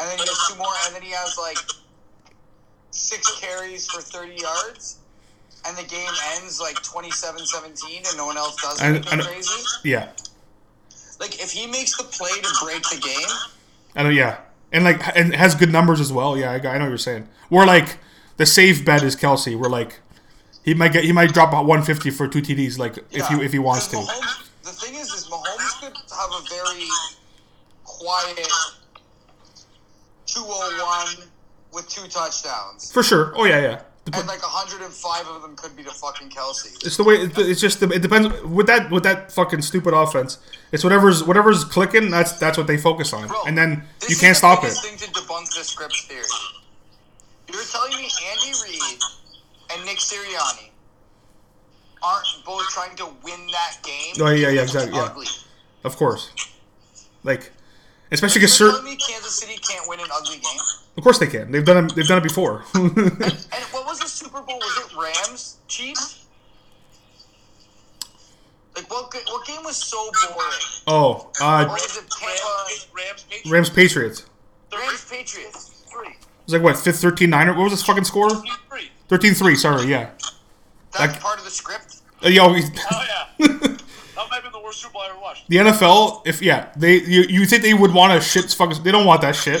Speaker 3: and then he has two more, and then he has like six carries for 30 yards, and the game ends like 27-17, and no one else does
Speaker 2: I-
Speaker 3: anything
Speaker 2: I don't-
Speaker 3: crazy.
Speaker 2: Yeah.
Speaker 3: Like if he makes the play to break the game,
Speaker 2: I know, yeah. And like, and it has good numbers as well. Yeah, I, got- I know what you're saying. We're like, the safe bet is Kelsey. We're like, he might get, he might drop out 150 for two TDs, like if
Speaker 3: Yeah.
Speaker 2: he if he wants to.
Speaker 3: Because Mahomes- the thing is, is Mahomes could have a very quiet 201 with two touchdowns,
Speaker 2: For sure. Oh yeah, yeah. Dep-
Speaker 3: and like 105 of them could be to fucking Kelsey.
Speaker 2: It's the way. it- It's just. It depends with that with that fucking stupid offense. It's whatever's whatever's clicking. That's that's what they focus on,
Speaker 3: Bro,
Speaker 2: and then
Speaker 3: this
Speaker 2: you
Speaker 3: is
Speaker 2: can't
Speaker 3: the
Speaker 2: stop it.
Speaker 3: biggest thing to debunk the script theory. You're telling me Andy Reid and Nick Sirianni aren't both trying to win that game?
Speaker 2: Oh, yeah, yeah,
Speaker 3: It's
Speaker 2: exactly, yeah.
Speaker 3: Ugly.
Speaker 2: Of course. Like, especially
Speaker 3: You're
Speaker 2: because cer-
Speaker 3: telling me Kansas City can't win an ugly game?
Speaker 2: of course they can. They've done it. They've done it before.
Speaker 3: And what was the Super Bowl? Was it Rams Chiefs? Like what? ga- What game was so boring?
Speaker 2: oh,
Speaker 3: Or
Speaker 2: uh,
Speaker 3: was it Tampa
Speaker 5: Rams,
Speaker 2: Rams
Speaker 5: Rams Patriots.
Speaker 2: Patriots.
Speaker 3: Rams Patriots? Three.
Speaker 2: It was like what fifth 13 niner. What was this fucking score?
Speaker 5: Three.
Speaker 2: 13-3, Sorry, yeah.
Speaker 3: That's
Speaker 2: That-
Speaker 3: part of the script.
Speaker 2: Uh, Yo, we-
Speaker 5: Oh yeah. that might have been the worst Super Bowl I ever watched.
Speaker 2: the NFL. If yeah, they you, you think they would want to shit fucking? They don't want that shit.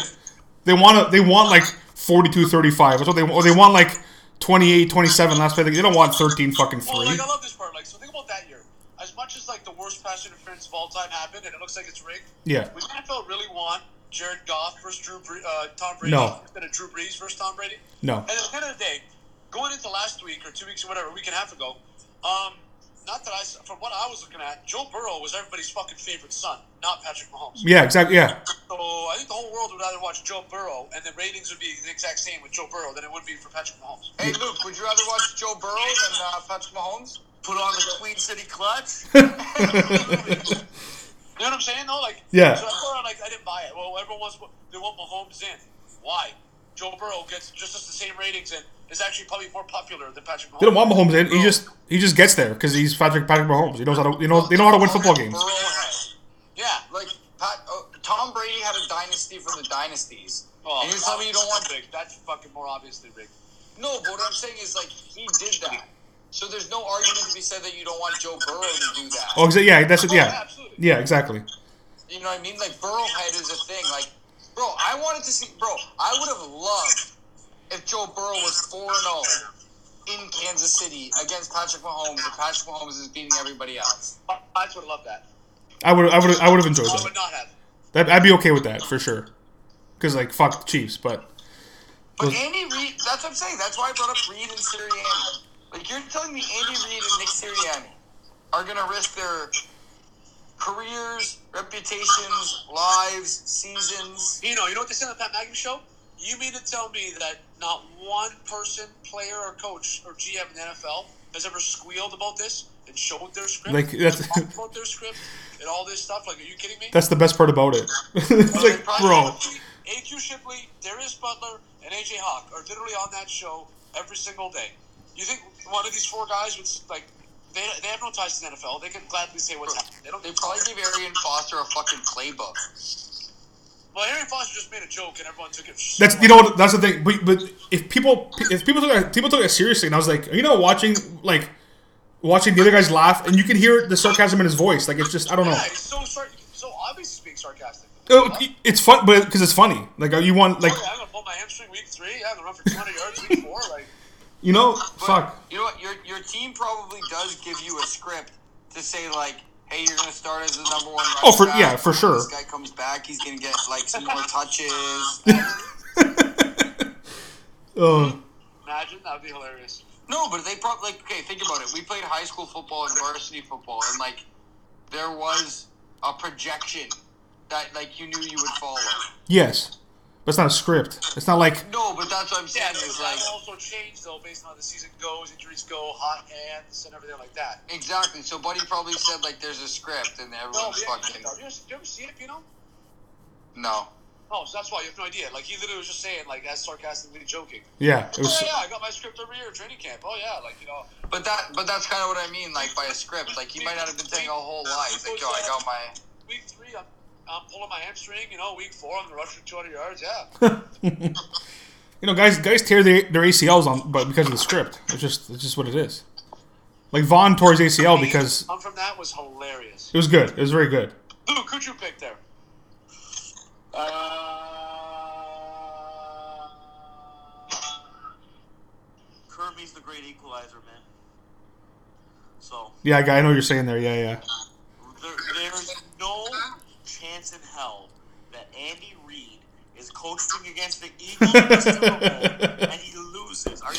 Speaker 2: They want to. They want like 42-35. That's what they want. Or they want like 28-27 last play. They don't want thirteen fucking
Speaker 5: Well,
Speaker 2: three.
Speaker 5: like uh, I love this part. Like, so think about that year. As much as like the worst pass interference of all time happened, and it looks like it's rigged.
Speaker 2: Yeah.
Speaker 5: Would the NFL really want Jared Goff versus Drew Bre- uh, Tom Brady
Speaker 2: No.
Speaker 5: instead of Drew Brees versus Tom Brady?
Speaker 2: No.
Speaker 5: And at the end of the day, going into last week or two weeks or whatever, a week and a half ago, um, not that I, s- from what I was looking at, Joe Burrow was everybody's fucking favorite son, not Patrick Mahomes.
Speaker 2: Yeah. Exactly. Yeah.
Speaker 5: So I think the whole world would rather watch Joe Burrow, and the ratings would be the exact same with Joe Burrow than it would be for Patrick Mahomes.
Speaker 3: Hey Luke, would you rather watch Joe Burrow than uh, Patrick Mahomes?
Speaker 5: Put on the Queen City clutch. You know what I'm saying though? Like
Speaker 2: Yeah.
Speaker 5: So I thought like I didn't buy it. Well, everyone wants they want Mahomes in. Why? Joe Burrow gets just as the same ratings and is actually probably more popular than Patrick Mahomes.
Speaker 2: They don't want Mahomes in. He just he just gets there because he's Patrick Patrick Mahomes. He knows how to you know they know how to win football games.
Speaker 3: Burrow had-
Speaker 5: Yeah.
Speaker 3: Like Pat, oh, Tom Brady had a dynasty for the dynasties.
Speaker 5: Oh,
Speaker 3: and you're telling me you don't want?
Speaker 5: Rick. That's fucking more obviously Rick.
Speaker 3: No, but what I'm saying is like he did that. So there's no argument to be said that you don't want Joe Burrow to do that.
Speaker 2: Oh, exa- yeah, that's it.
Speaker 5: yeah,
Speaker 2: Yeah,
Speaker 5: absolutely.
Speaker 2: yeah, exactly.
Speaker 3: You know what I mean? Like Burrowhead is a thing. Like, bro, I wanted to see. Bro, I would have loved if Joe Burrow was four and zero in Kansas City against Patrick Mahomes, and Patrick Mahomes is beating everybody else.
Speaker 5: I, I would love that.
Speaker 2: I would I would I would have enjoyed
Speaker 5: I would
Speaker 2: that.
Speaker 5: not have.
Speaker 2: that. I'd be okay with that for sure. Because like fuck the Chiefs, but
Speaker 3: But Andy Reid, that's what I'm saying. That's why I brought up Reid and Sirianni. Like, you're telling me Andy Reid and Nick Sirianni are gonna risk their careers, reputations, lives, seasons?
Speaker 5: You know, you know what they said on the Pat Maggie show? You mean to tell me that not one person, player or coach or GM in the NFL has ever squealed about this and showed their script?
Speaker 2: Like, that's-
Speaker 5: talked about their script and all this stuff? Like, are you kidding me?
Speaker 2: that's the best part about it. it's like bro,
Speaker 5: AQ Shipley, Darius Butler, and AJ Hawk are literally on that show every single day. You think one of these four guys would s- like? They, they have no ties to the NFL. They can gladly say what's happening. They don't.
Speaker 3: They probably gave Arian Foster a fucking playbook.
Speaker 5: Well, Harry Foster just made a joke and everyone took it.
Speaker 2: that's you know what, that's the thing. But but if people if people took that, people took it seriously, and I was like, are you not watching like watching the other guys laugh, and you can hear the sarcasm in his voice. Like it's just I don't know.
Speaker 3: Yeah, he's so sar- so obviously being sarcastic.
Speaker 2: Oh, It's fun, but because it's funny. Like you want like
Speaker 3: Oh, yeah, I'm gonna pull my hamstring week three. Yeah, I'm gonna run for 200 yards week four. Like,
Speaker 2: you know
Speaker 3: But
Speaker 2: fuck.
Speaker 3: You know what? Your your team probably does give you a script to say like, "Hey, you're going to start as the number one."
Speaker 2: Oh, for-
Speaker 3: running back.
Speaker 2: yeah, for sure.
Speaker 3: This guy comes back, he's going to get like some more touches. no,
Speaker 2: Oh
Speaker 5: Imagine that'd be hilarious.
Speaker 3: but they probably like okay. Think about it. We played high school football and varsity football, and like there was a projection that like you knew you would follow.
Speaker 2: yes, that's not a script. It's not like
Speaker 3: No, but that's what I'm saying
Speaker 5: Yeah, it's
Speaker 3: is
Speaker 5: like
Speaker 3: like
Speaker 5: also changed though based on how the season goes, injuries go, hot hands, and everything like that.
Speaker 3: exactly. So Buddy probably said like there's a script, and
Speaker 5: No,
Speaker 3: everyone's
Speaker 5: but yeah,
Speaker 3: fucking
Speaker 5: you, ever, you ever seen it, you know?
Speaker 3: no.
Speaker 5: No, Oh, so that's why you have no idea. Like he literally was just saying like as sarcastically joking.
Speaker 2: yeah, it
Speaker 5: Oh
Speaker 2: was.
Speaker 5: yeah, I got my script every year at training camp. Oh yeah, like you know.
Speaker 3: But that, but that's kind of what I mean, like by a script. Like he might not have been saying a whole lie. He's like, yo, I got my.
Speaker 5: week three, I'm, I'm pulling my hamstring. You know, week four, I'm rushing 200 yards. Yeah.
Speaker 2: You know, guys, guys tear their, their ACLs on, but because of the script, it's just it's just what it is. Like Vaughn tore his ACL because
Speaker 5: I'm from that was hilarious.
Speaker 2: it was good. It was very good.
Speaker 5: Luke, who'd you pick there?
Speaker 4: Uh, Kirby's the great equalizer, man. So
Speaker 2: Yeah, guy, I know what you're saying there. Yeah, yeah.
Speaker 4: there, there's no chance in hell that Andy Reid is coaching against the Eagles in the Super Bowl and he loses. Are you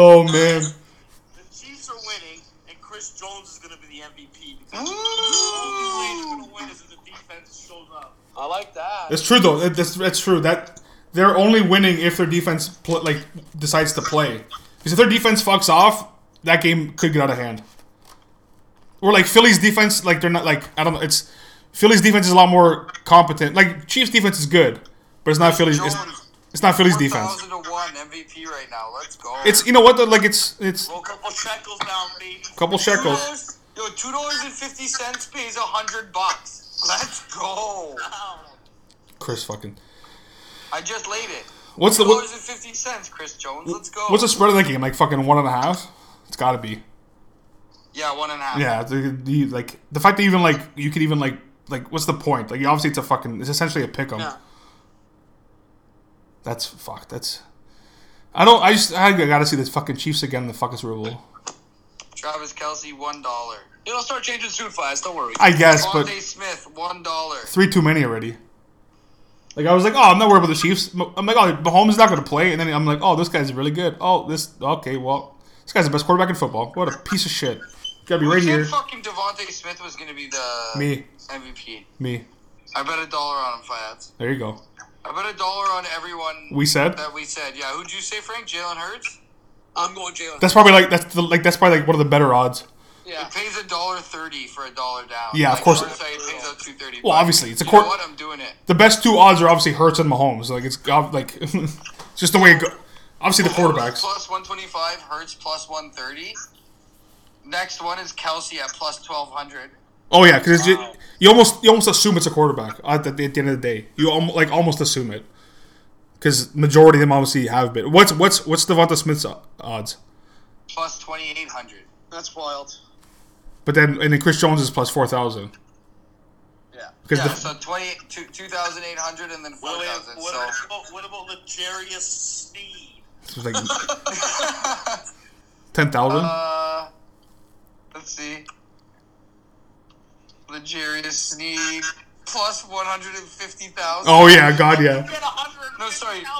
Speaker 2: Oh man,
Speaker 4: The Chiefs are winning, and Chris Jones is going to be the MVP because the only way you're going to win is if the defense shows up.
Speaker 5: I like that.
Speaker 2: that's true though. That- That's that's true. That they're only winning if their defense pl- like decides to play. Because if their defense fucks off, that game could get out of hand. Or like Philly's defense, like they're not like I don't know. It's Philly's defense is a lot more competent. Like Chiefs defense is good, but it's not Philly's. It's, it's not Philly's defense.
Speaker 3: Thousand to one MVP right now. Let's go.
Speaker 2: It's you know what though, like it's it's
Speaker 4: Throw a couple shekels down, baby.
Speaker 2: couple shekels.
Speaker 3: $2. Yo, two dollars and fifty cents pays a hundred bucks. Let's go.
Speaker 2: Chris fucking.
Speaker 3: I just laid it.
Speaker 2: What's the
Speaker 3: Two
Speaker 2: what,
Speaker 3: dollars and fifty cents, Chris Jones. Let's go.
Speaker 2: what's the spread of that game? Like fucking one and a half. It's got to be.
Speaker 3: yeah, one and a half.
Speaker 2: Yeah, the, the like the fact that even like you could even like like what's the point? Like obviously it's a fucking it's essentially a pick 'em.
Speaker 3: Yeah.
Speaker 2: That's fuck. That's I don't. I just I gotta see the fucking Chiefs again in the fucking Super Bowl.
Speaker 3: Travis Kelsey, one dollar.
Speaker 5: It'll start changing soon, Flash. Don't worry.
Speaker 2: I guess, but
Speaker 3: Devontae Smith, one dollar.
Speaker 2: three too many already. Like I was like, oh, I'm not worried about the Chiefs. I'm like, oh, Mahomes is not gonna play, and then I'm like, oh, this guy's really good. Oh, this okay, well, this guy's the best quarterback in football. What a piece of shit. Gotta be right
Speaker 3: Who said
Speaker 2: here.
Speaker 3: Fucking Devontae Smith was gonna be the
Speaker 2: Me,
Speaker 3: MVP.
Speaker 2: me.
Speaker 3: I bet a dollar on him, Fiats.
Speaker 2: There you go.
Speaker 3: I bet a dollar on everyone.
Speaker 2: We said
Speaker 3: that we said. Yeah, who'd you say, Frank? Jalen Hurts.
Speaker 5: I'm going Jalen.
Speaker 2: that's probably like that's the, like that's probably like one of the better odds.
Speaker 5: yeah.
Speaker 3: It pays a dollar thirty for a dollar down.
Speaker 2: Yeah, of
Speaker 3: Like,
Speaker 2: course.
Speaker 3: Hurts, it pays out two thirty.
Speaker 2: Well, obviously, it's a
Speaker 3: You know
Speaker 2: court-
Speaker 3: what? I'm doing it.
Speaker 2: The best two odds are obviously Hurts and Mahomes. Like it's ob- like it's just the way it goes. Obviously the quarterbacks.
Speaker 3: Plus one twenty five. Hurts plus one thirty. Next one is Kelsey at plus twelve hundred.
Speaker 2: Oh yeah, because you almost you almost assume it's a quarterback at the, at the end of the day. You almost, like almost assume it because majority of them obviously have been. What's what's what's Devonta Smith's o- odds?
Speaker 3: Plus twenty eight hundred.
Speaker 5: That's wild.
Speaker 2: But then and then Chris Jones is plus four thousand
Speaker 5: Yeah.
Speaker 2: because
Speaker 3: Yeah,
Speaker 2: the,
Speaker 3: so 20 two- 2,800 and then four
Speaker 4: What
Speaker 3: thousand.
Speaker 4: about, what,
Speaker 3: So
Speaker 4: about, what about Legarius Sneed?
Speaker 2: it's like ten thousand.
Speaker 3: uh, let's see. Legarius Sneed plus one hundred and fifty thousand.
Speaker 2: oh yeah, God yeah.
Speaker 4: You get 150,000
Speaker 3: No, sorry.
Speaker 4: to 1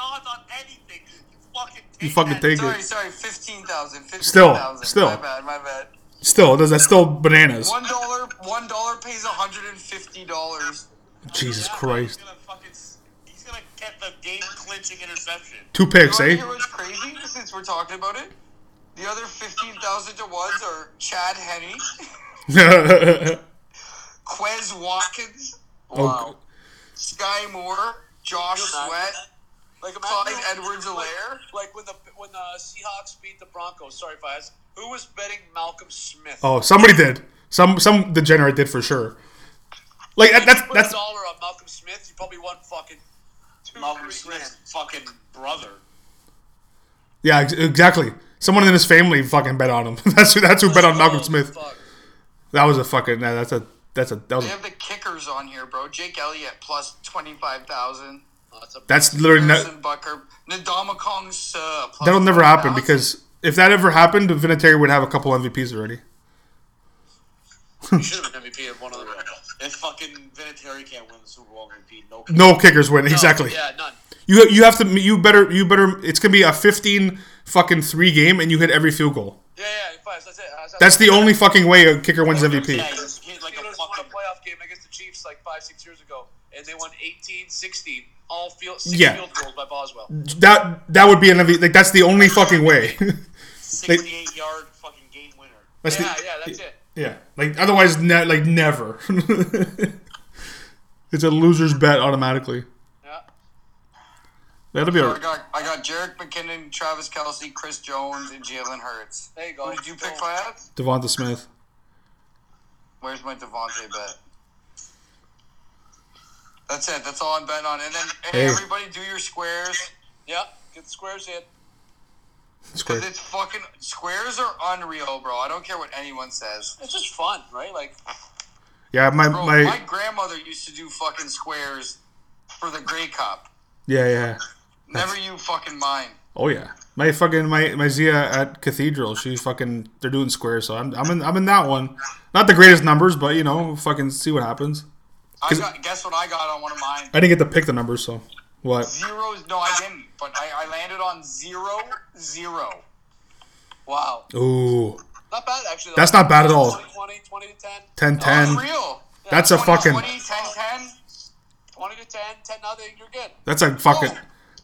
Speaker 4: odds on anything. You fucking take
Speaker 2: You fucking
Speaker 4: that.
Speaker 2: take
Speaker 3: Sorry,
Speaker 2: it.
Speaker 3: sorry, fifteen thousand.
Speaker 2: Still, still.
Speaker 3: My bad, my bad.
Speaker 2: Still, does that still bananas?
Speaker 3: One dollar, one dollar pays hundred and fifty dollars.
Speaker 2: Jesus
Speaker 4: Yeah,
Speaker 2: Christ!
Speaker 4: He's gonna fucking, s- he's gonna get the game clinching interception.
Speaker 2: Two picks,
Speaker 3: You want to
Speaker 2: eh?
Speaker 3: hear what's crazy? Since we're talking about it, the other fifteen thousand to ones are Chad Henney, Quez Watkins,
Speaker 2: oh,
Speaker 3: Sky Moore, Josh Sweat,
Speaker 5: Like imagine
Speaker 3: Clyde Edwards Alaire.
Speaker 5: like when the when the Seahawks beat the Broncos. Sorry, Flash. Who was betting Malcolm Smith?
Speaker 2: oh, somebody did. Some some degenerate did for sure. Like that,
Speaker 5: If you
Speaker 2: that's
Speaker 5: put a
Speaker 2: that's
Speaker 5: dollar on Malcolm Smith. You probably won fucking two,
Speaker 4: Malcolm
Speaker 5: three grand.
Speaker 4: Smith's fucking brother.
Speaker 2: Yeah, ex- exactly. Someone in his family fucking bet on him. that's who. That's who bet on Malcolm
Speaker 3: Oh,
Speaker 2: Smith.
Speaker 3: fuck.
Speaker 2: That was a fucking. nah, that's a. That's a. That was.
Speaker 3: They
Speaker 2: A,
Speaker 3: have the kickers on here, bro. Jake Elliott plus twenty five thousand.
Speaker 2: that's literally. Ne-
Speaker 3: Harrison Bucker, Ndama Kong Suh. plus
Speaker 2: that'll never happen
Speaker 3: 5,000.
Speaker 2: because if that ever happened, Vinatieri would have a couple MVPs already.
Speaker 4: He should have been MVP of one of them. If fucking Vinatieri can't win the Super Bowl MVP, no.
Speaker 2: No kickers win exactly.
Speaker 5: Oh,
Speaker 4: Yeah, none.
Speaker 2: You you have to you better you better. It's gonna be a fifteen fucking three game, and you hit every field goal.
Speaker 4: Yeah, yeah, five. That's it. That's,
Speaker 2: That's the only fucking way a kicker wins
Speaker 4: Yeah,
Speaker 2: MVP.
Speaker 4: he's hit like a
Speaker 5: Steelers won a
Speaker 4: fucking.
Speaker 5: playoff game against the Chiefs like five, six years ago, and they won 18-16, all field, six
Speaker 2: Yeah.
Speaker 5: field goals by Boswell.
Speaker 2: That that would be an MVP. Like that's the only fucking way.
Speaker 4: 68 yard fucking game winner.
Speaker 2: That's the-
Speaker 5: Yeah, yeah, that's it.
Speaker 2: Yeah, like otherwise, ne- like never. it's a loser's bet automatically.
Speaker 5: Yeah.
Speaker 2: That'll be
Speaker 3: I
Speaker 2: a
Speaker 3: got I got Jarek McKinnon, Travis Kelsey, Chris Jones, and Jalen Hurts.
Speaker 5: There you go.
Speaker 3: Who did you pick for that?
Speaker 2: Devonta Smith.
Speaker 3: Where's my Devontae bet? That's it. That's all I'm betting on. And then hey,
Speaker 2: Hey.
Speaker 3: everybody do your squares.
Speaker 5: Yeah, get the squares in.
Speaker 2: Square.
Speaker 3: Because it's fucking. Squares are unreal, bro. I don't care what anyone says.
Speaker 5: It's just fun, right? Like,
Speaker 2: Yeah, my,
Speaker 3: Bro, my,
Speaker 2: my
Speaker 3: grandmother used to do fucking squares for the Grey Cup.
Speaker 2: yeah yeah.
Speaker 3: Never you fucking mind.
Speaker 2: Oh yeah, my fucking my my Zia at Cathedral. She's fucking. They're doing squares, so I'm I'm in I'm in that one. Not the greatest numbers, but you know, fucking see what happens.
Speaker 3: I
Speaker 2: 'Cause-
Speaker 3: got, guess what I got on one of mine?
Speaker 2: I didn't get to pick the numbers, so what?
Speaker 3: Zeros. No, I didn't. But I, I landed on zero, zero. Wow.
Speaker 2: Ooh,
Speaker 5: not bad, actually.
Speaker 2: that's not bad at all.
Speaker 5: 20, 20 to 10,
Speaker 2: 10 10.
Speaker 3: Unreal.
Speaker 2: That's a
Speaker 3: 20,
Speaker 2: fucking.
Speaker 3: 20, 10, 10.
Speaker 5: 20 to 10, 10 nothing, you're good.
Speaker 2: That's a fucking.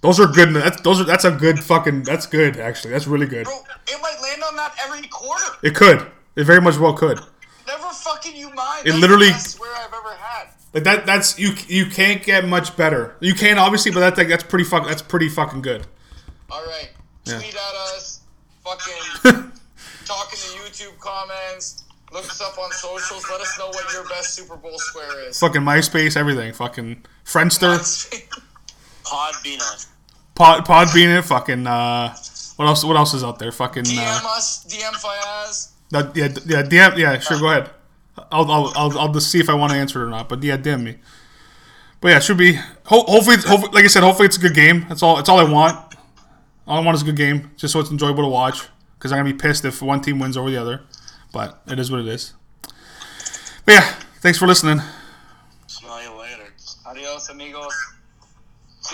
Speaker 2: Those are good. That's those are. That's a good fucking. That's good actually. That's really good.
Speaker 3: Bro, it might land on that every quarter.
Speaker 2: It could. It very much well could.
Speaker 3: Never fucking you mind.
Speaker 2: It
Speaker 3: That's
Speaker 2: literally-
Speaker 3: the best swear I've ever had.
Speaker 2: Like that. That's you. You can't get much better. You can obviously, but that's like that's pretty fuck. That's pretty fucking good.
Speaker 3: All right,
Speaker 2: Yeah.
Speaker 3: tweet at us. Fucking talking to YouTube comments. Look us up on socials. Let us know what your best Super Bowl square is.
Speaker 2: Fucking MySpace, everything. Fucking Friendster,
Speaker 4: Podbean us.
Speaker 2: Pod Podbean, it. Fucking uh, what else? What else is out there? Fucking
Speaker 3: DM
Speaker 2: uh,
Speaker 3: us. DM Fayaz.
Speaker 2: that, yeah, d- yeah, DM, yeah. Sure, go ahead. I'll, I'll, I'll, I'll just see if I want to answer it or not. But yeah, DM me. But yeah, it should be. Ho- hopefully, it's- hopefully, like I said, hopefully it's a good game. That's all. That's all I want. All I want is a good game, just so it's enjoyable to watch. Because I'm gonna be pissed if one team wins over the other. But it is what it is. But yeah, thanks for listening.
Speaker 4: Smell you later.
Speaker 3: Adios, amigos.